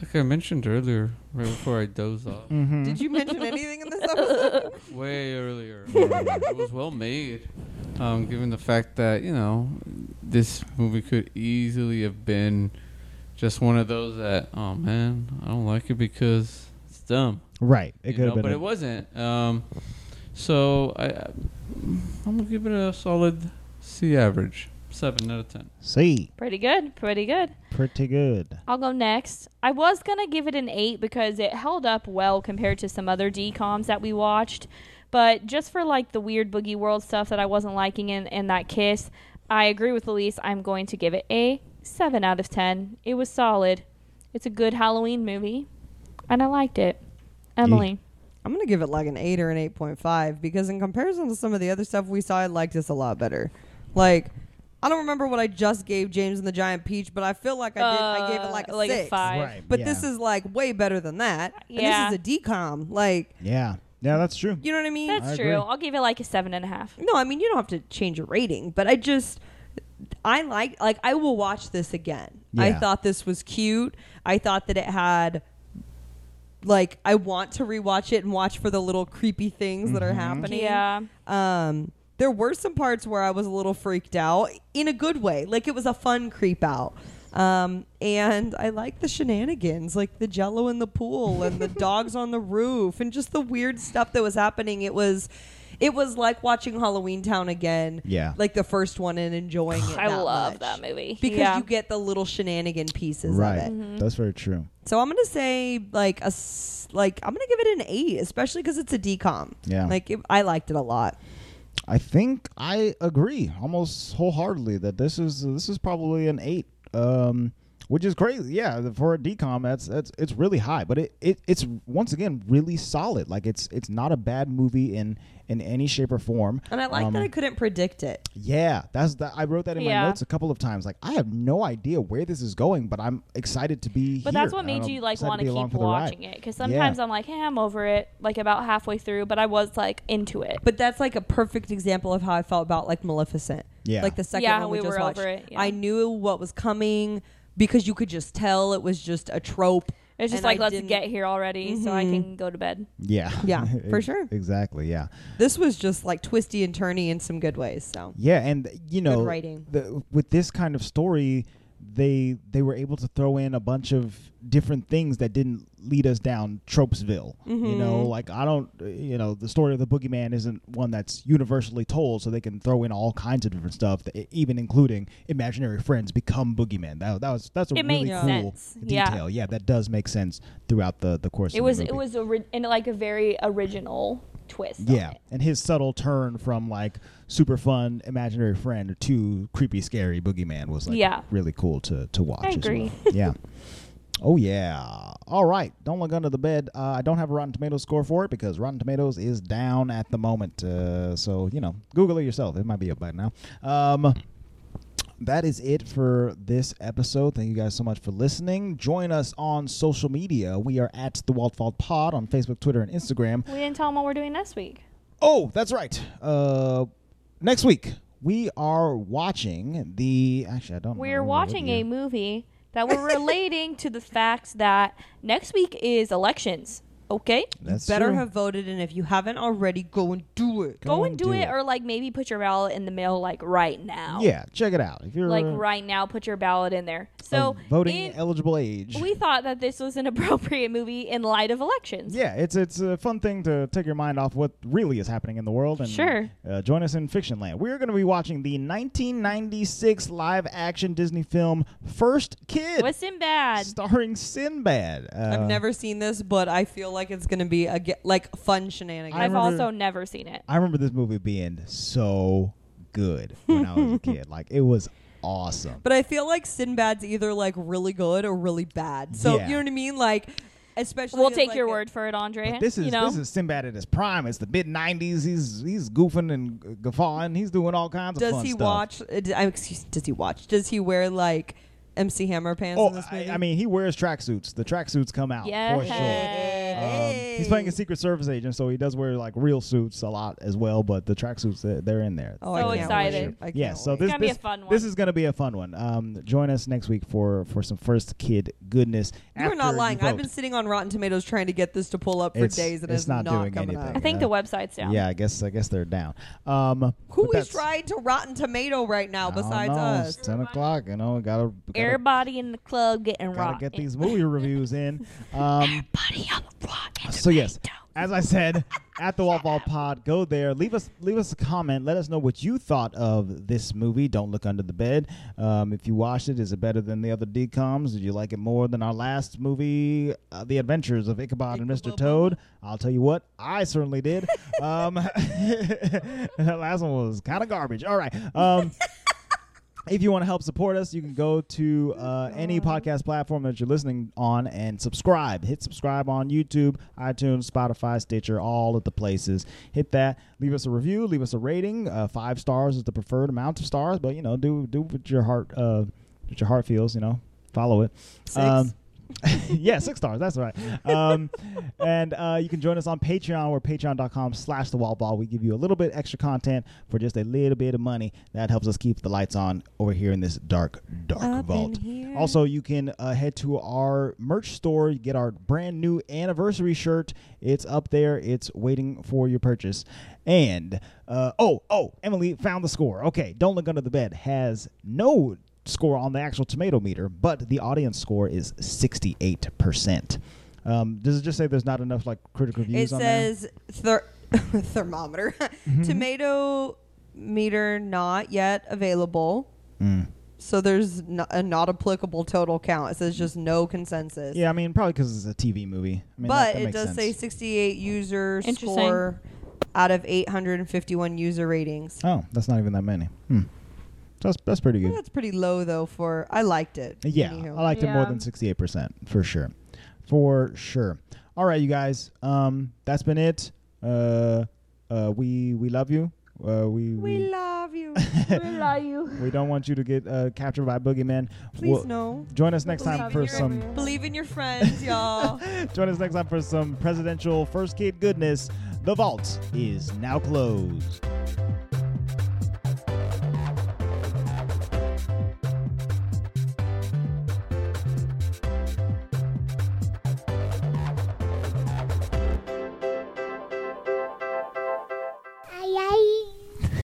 Like I mentioned earlier, right before I dozed off, Mm-hmm. Did you mention anything in this episode? way earlier, it was well made. Um, given the fact that you know, this movie could easily have been just one of those that, oh man, I don't like it because it's dumb. Right. It you could know, have been. but a- it wasn't. Um, so I, I- I'm gonna give it a solid C average, seven out of ten. See, Pretty good. Pretty good. pretty good. I'll go next. I was gonna give it an eight because it held up well compared to some other DComs that we watched, but just for like the weird boogie world stuff that I wasn't liking in, in that kiss, I agree with Elise. I'm going to give it a seven out of ten. It was solid. It's a good Halloween movie, and I liked it. Mm. Emily, I'm gonna give it like an eight or an eight point five because in comparison to some of the other stuff we saw, I liked this a lot better. Like, I don't remember what I just gave James and the Giant Peach, but I feel like I did. I gave Uh, it like a like a six. five. Right. But yeah. this is like way better than that. Yeah. And this is a decom. Like, Yeah. Yeah, that's true. you know what I mean? that's I true. agree. I'll give it like a seven and a half. No, I mean you don't have to change your rating, but I just I like like I will watch this again. I Yeah. thought this was cute. I thought that it had like I want to rewatch it and watch for the little creepy things that Mm-hmm. are happening. Yeah. Um there were some parts where I was a little freaked out in a good way. Like it was a fun creep out. Um and I like the shenanigans, like the jello in the pool and the dogs on the roof and just the weird stuff that was happening. It was it was like watching Halloween Town again. Yeah. Like the first one and enjoying it. I that love much. that movie. Because Yeah. Mm-hmm. you get the little shenanigan pieces right. of it. Mm-hmm. That's very true. So I'm gonna say like a s- like I'm gonna give it an eight, especially because it's a decom. Yeah. like it, I liked it a lot. I think I agree almost wholeheartedly that this is this is probably an eight, um, which is crazy. Yeah, the- for a decom, that's that's it's really high, but it, it it's once again really solid. Like it's it's not a bad movie in in any shape or form. And I like Um, that I couldn't predict it. Yeah, that's that. I wrote that in my Yeah. notes a couple of times. Like I have no idea where this is going, but I'm excited to be. But that's what made you like want to keep watching it because sometimes I'm like, hey, I'm over it, like about halfway through, but I was like into it. But that's like a perfect example of how I felt about like Maleficent. Yeah. like the second Yeah, one we, we just were watched. over it, yeah. I knew what was coming because you could just tell it was just a trope. It's just and like I let's didn't- Mm-hmm. get here already so I can go to bed. Yeah. Yeah, for Ex- sure. Exactly. Yeah. This was just like twisty and turny in some good ways. So Yeah, and th- you know, writing. The, with this kind of story, they they were able to throw in a bunch of different things that didn't lead us down Tropesville. You Mm-hmm. know, like I don't, uh, you know, the story of the boogeyman isn't one that's universally told, so they can throw in all kinds of different stuff, th- even including imaginary friends become boogeymen. That, that was that's a It really made cool sense. Yeah. detail. Yeah. that does make sense throughout the the course. It of was the it movie. was ori- in like a very original twist. on Yeah, it. and his subtle turn from like super fun imaginary friend to creepy scary boogeyman was like Yeah. really cool to to watch. I as agree. Well. Yeah. Oh yeah. All right. Don't look under the bed. Uh, I don't have a Rotten Tomatoes score for it because Rotten Tomatoes is down at the moment. Uh, so you know, Google it yourself. It might be up by now. Um, that is it for this episode. Thank you guys so much for listening. Join us on social media. We are at the Waldfall Pod on Facebook, Twitter, and Instagram. We didn't tell them what we're doing next week. Oh, that's right. Uh, next week we are watching the. Actually, I don't. know We're what watching year. a movie that we're relating to the fact that next week is elections. Okay? That's Better true. have voted, and if you haven't already, go and do it. Go, and do, it, or like maybe put your ballot in the mail like right now. Yeah, check it out. If you're Like uh, right now, put your ballot in there. of So voting in- eligible age. we thought that this was an appropriate movie in light of elections. yeah, it's it's a fun thing to take your mind off what really is happening in the world and Sure. uh, join us in Fiction Land. We're going to be watching the 1996 live action Disney film First Kid, With Sinbad. starring Sinbad. Uh, I've never seen this, but I feel like it's gonna be a ge- like fun shenanigans. I I've remember- also never seen it. I remember this movie being so good when I was a kid. Like it was awesome. But I feel like Sinbad's either like really good or really bad. So Yeah. you know what I mean? Like, especially We'll if, take like, your a- word for it, Andre. But this is you know? this is Sinbad at his prime. It's the mid '90s. He's he's goofing and guffawing. He's doing all kinds of Does fun he stuff. watch? uh, d- I- excuse, does he watch? Does he wear like MC Hammer pants? in Oh, this I, movie? I mean, he wears tracksuits. The tracksuits come out for sure. Yes. Um, he's playing a Secret Service agent, so he does wear like real suits a lot as well. But the tracksuits, they're, they're in there. Oh, I So can't excited. wait. I can't yeah, so wait. this, It's gonna be this, a fun one. this is going to be a fun one. Um, join us next week for for some first kid goodness. You're after not you lying. I've vote. been sitting on Rotten Tomatoes trying to get this to pull up for It's- days, and it's it's, not not, doing coming anything. I up. think Yeah. the website's down. Yeah, I guess I guess they're down. Um, but Who is that's- trying to Rotten Tomato right now I don't besides know, us? It's ten o'clock. You know, gotta gotta, Everybody in the club getting gotta rocked. get these movie reviews in. Um, Everybody on the block. in Uh, so yes, Tomato. as I said, at the Waffle Pod, go there. Leave us leave us a comment. Let us know what you thought of this movie. Don't look under the bed. Um, if you watched it, is it better than the other DComs? Did you like it more than our last movie, uh, The Adventures of Ichabod and Mr. Toad? I'll tell you what, I certainly did. um, that last one was kind of garbage. All right. Um, If you want to help support us, you can go to uh, any podcast platform that you're listening on and subscribe. Hit subscribe on YouTube, iTunes, Spotify, Stitcher, all of the places. Hit that. Leave us a review. Leave us a rating. Uh, five stars is the preferred amount of stars, but you know, do do what your heart uh, what your heart feels. You know, follow it. Um, Six. yeah, six stars. That's right. Um, and uh, you can join us on Patreon. We're patreon.com slash the wall ball. We give you a little bit extra content for just a little bit of money. That helps us keep the lights on over here in this dark, dark Up in vault. here. Also, you can uh, head to our merch store. You get our brand new anniversary shirt. It's up there. It's waiting for your purchase. And, uh, oh, oh, Emily found the score. Okay, Don't Look Under the Bed has no score on the actual tomato meter, but the audience score is 68%. Um, does it just say there's not enough like critical It views on there? Mm-hmm. says ther- thermometer, tomato meter not yet available. Mm. So there's no- a not applicable total count. It says just no consensus. Yeah, I mean, probably because it's a TV movie. I mean, that- but that it makes does sense. say 68 user Interesting. score out of 851 user ratings. Oh, that's not even that many. Hmm. That's, that's pretty good. Well, that's pretty low though. For I liked it. Yeah, Anywho. I liked it more Yeah. than 68% for sure. For sure. All right, you guys. Um, that's been it. Uh, uh, we we love you. Uh, we we we, love you. we don't want you to get uh, captured by boogeyman. Please We'll- no. Join us next Believe time in for your- some. Believe in your friends, y'all. Join us next time for some presidential first kid goodness. The vault is now closed.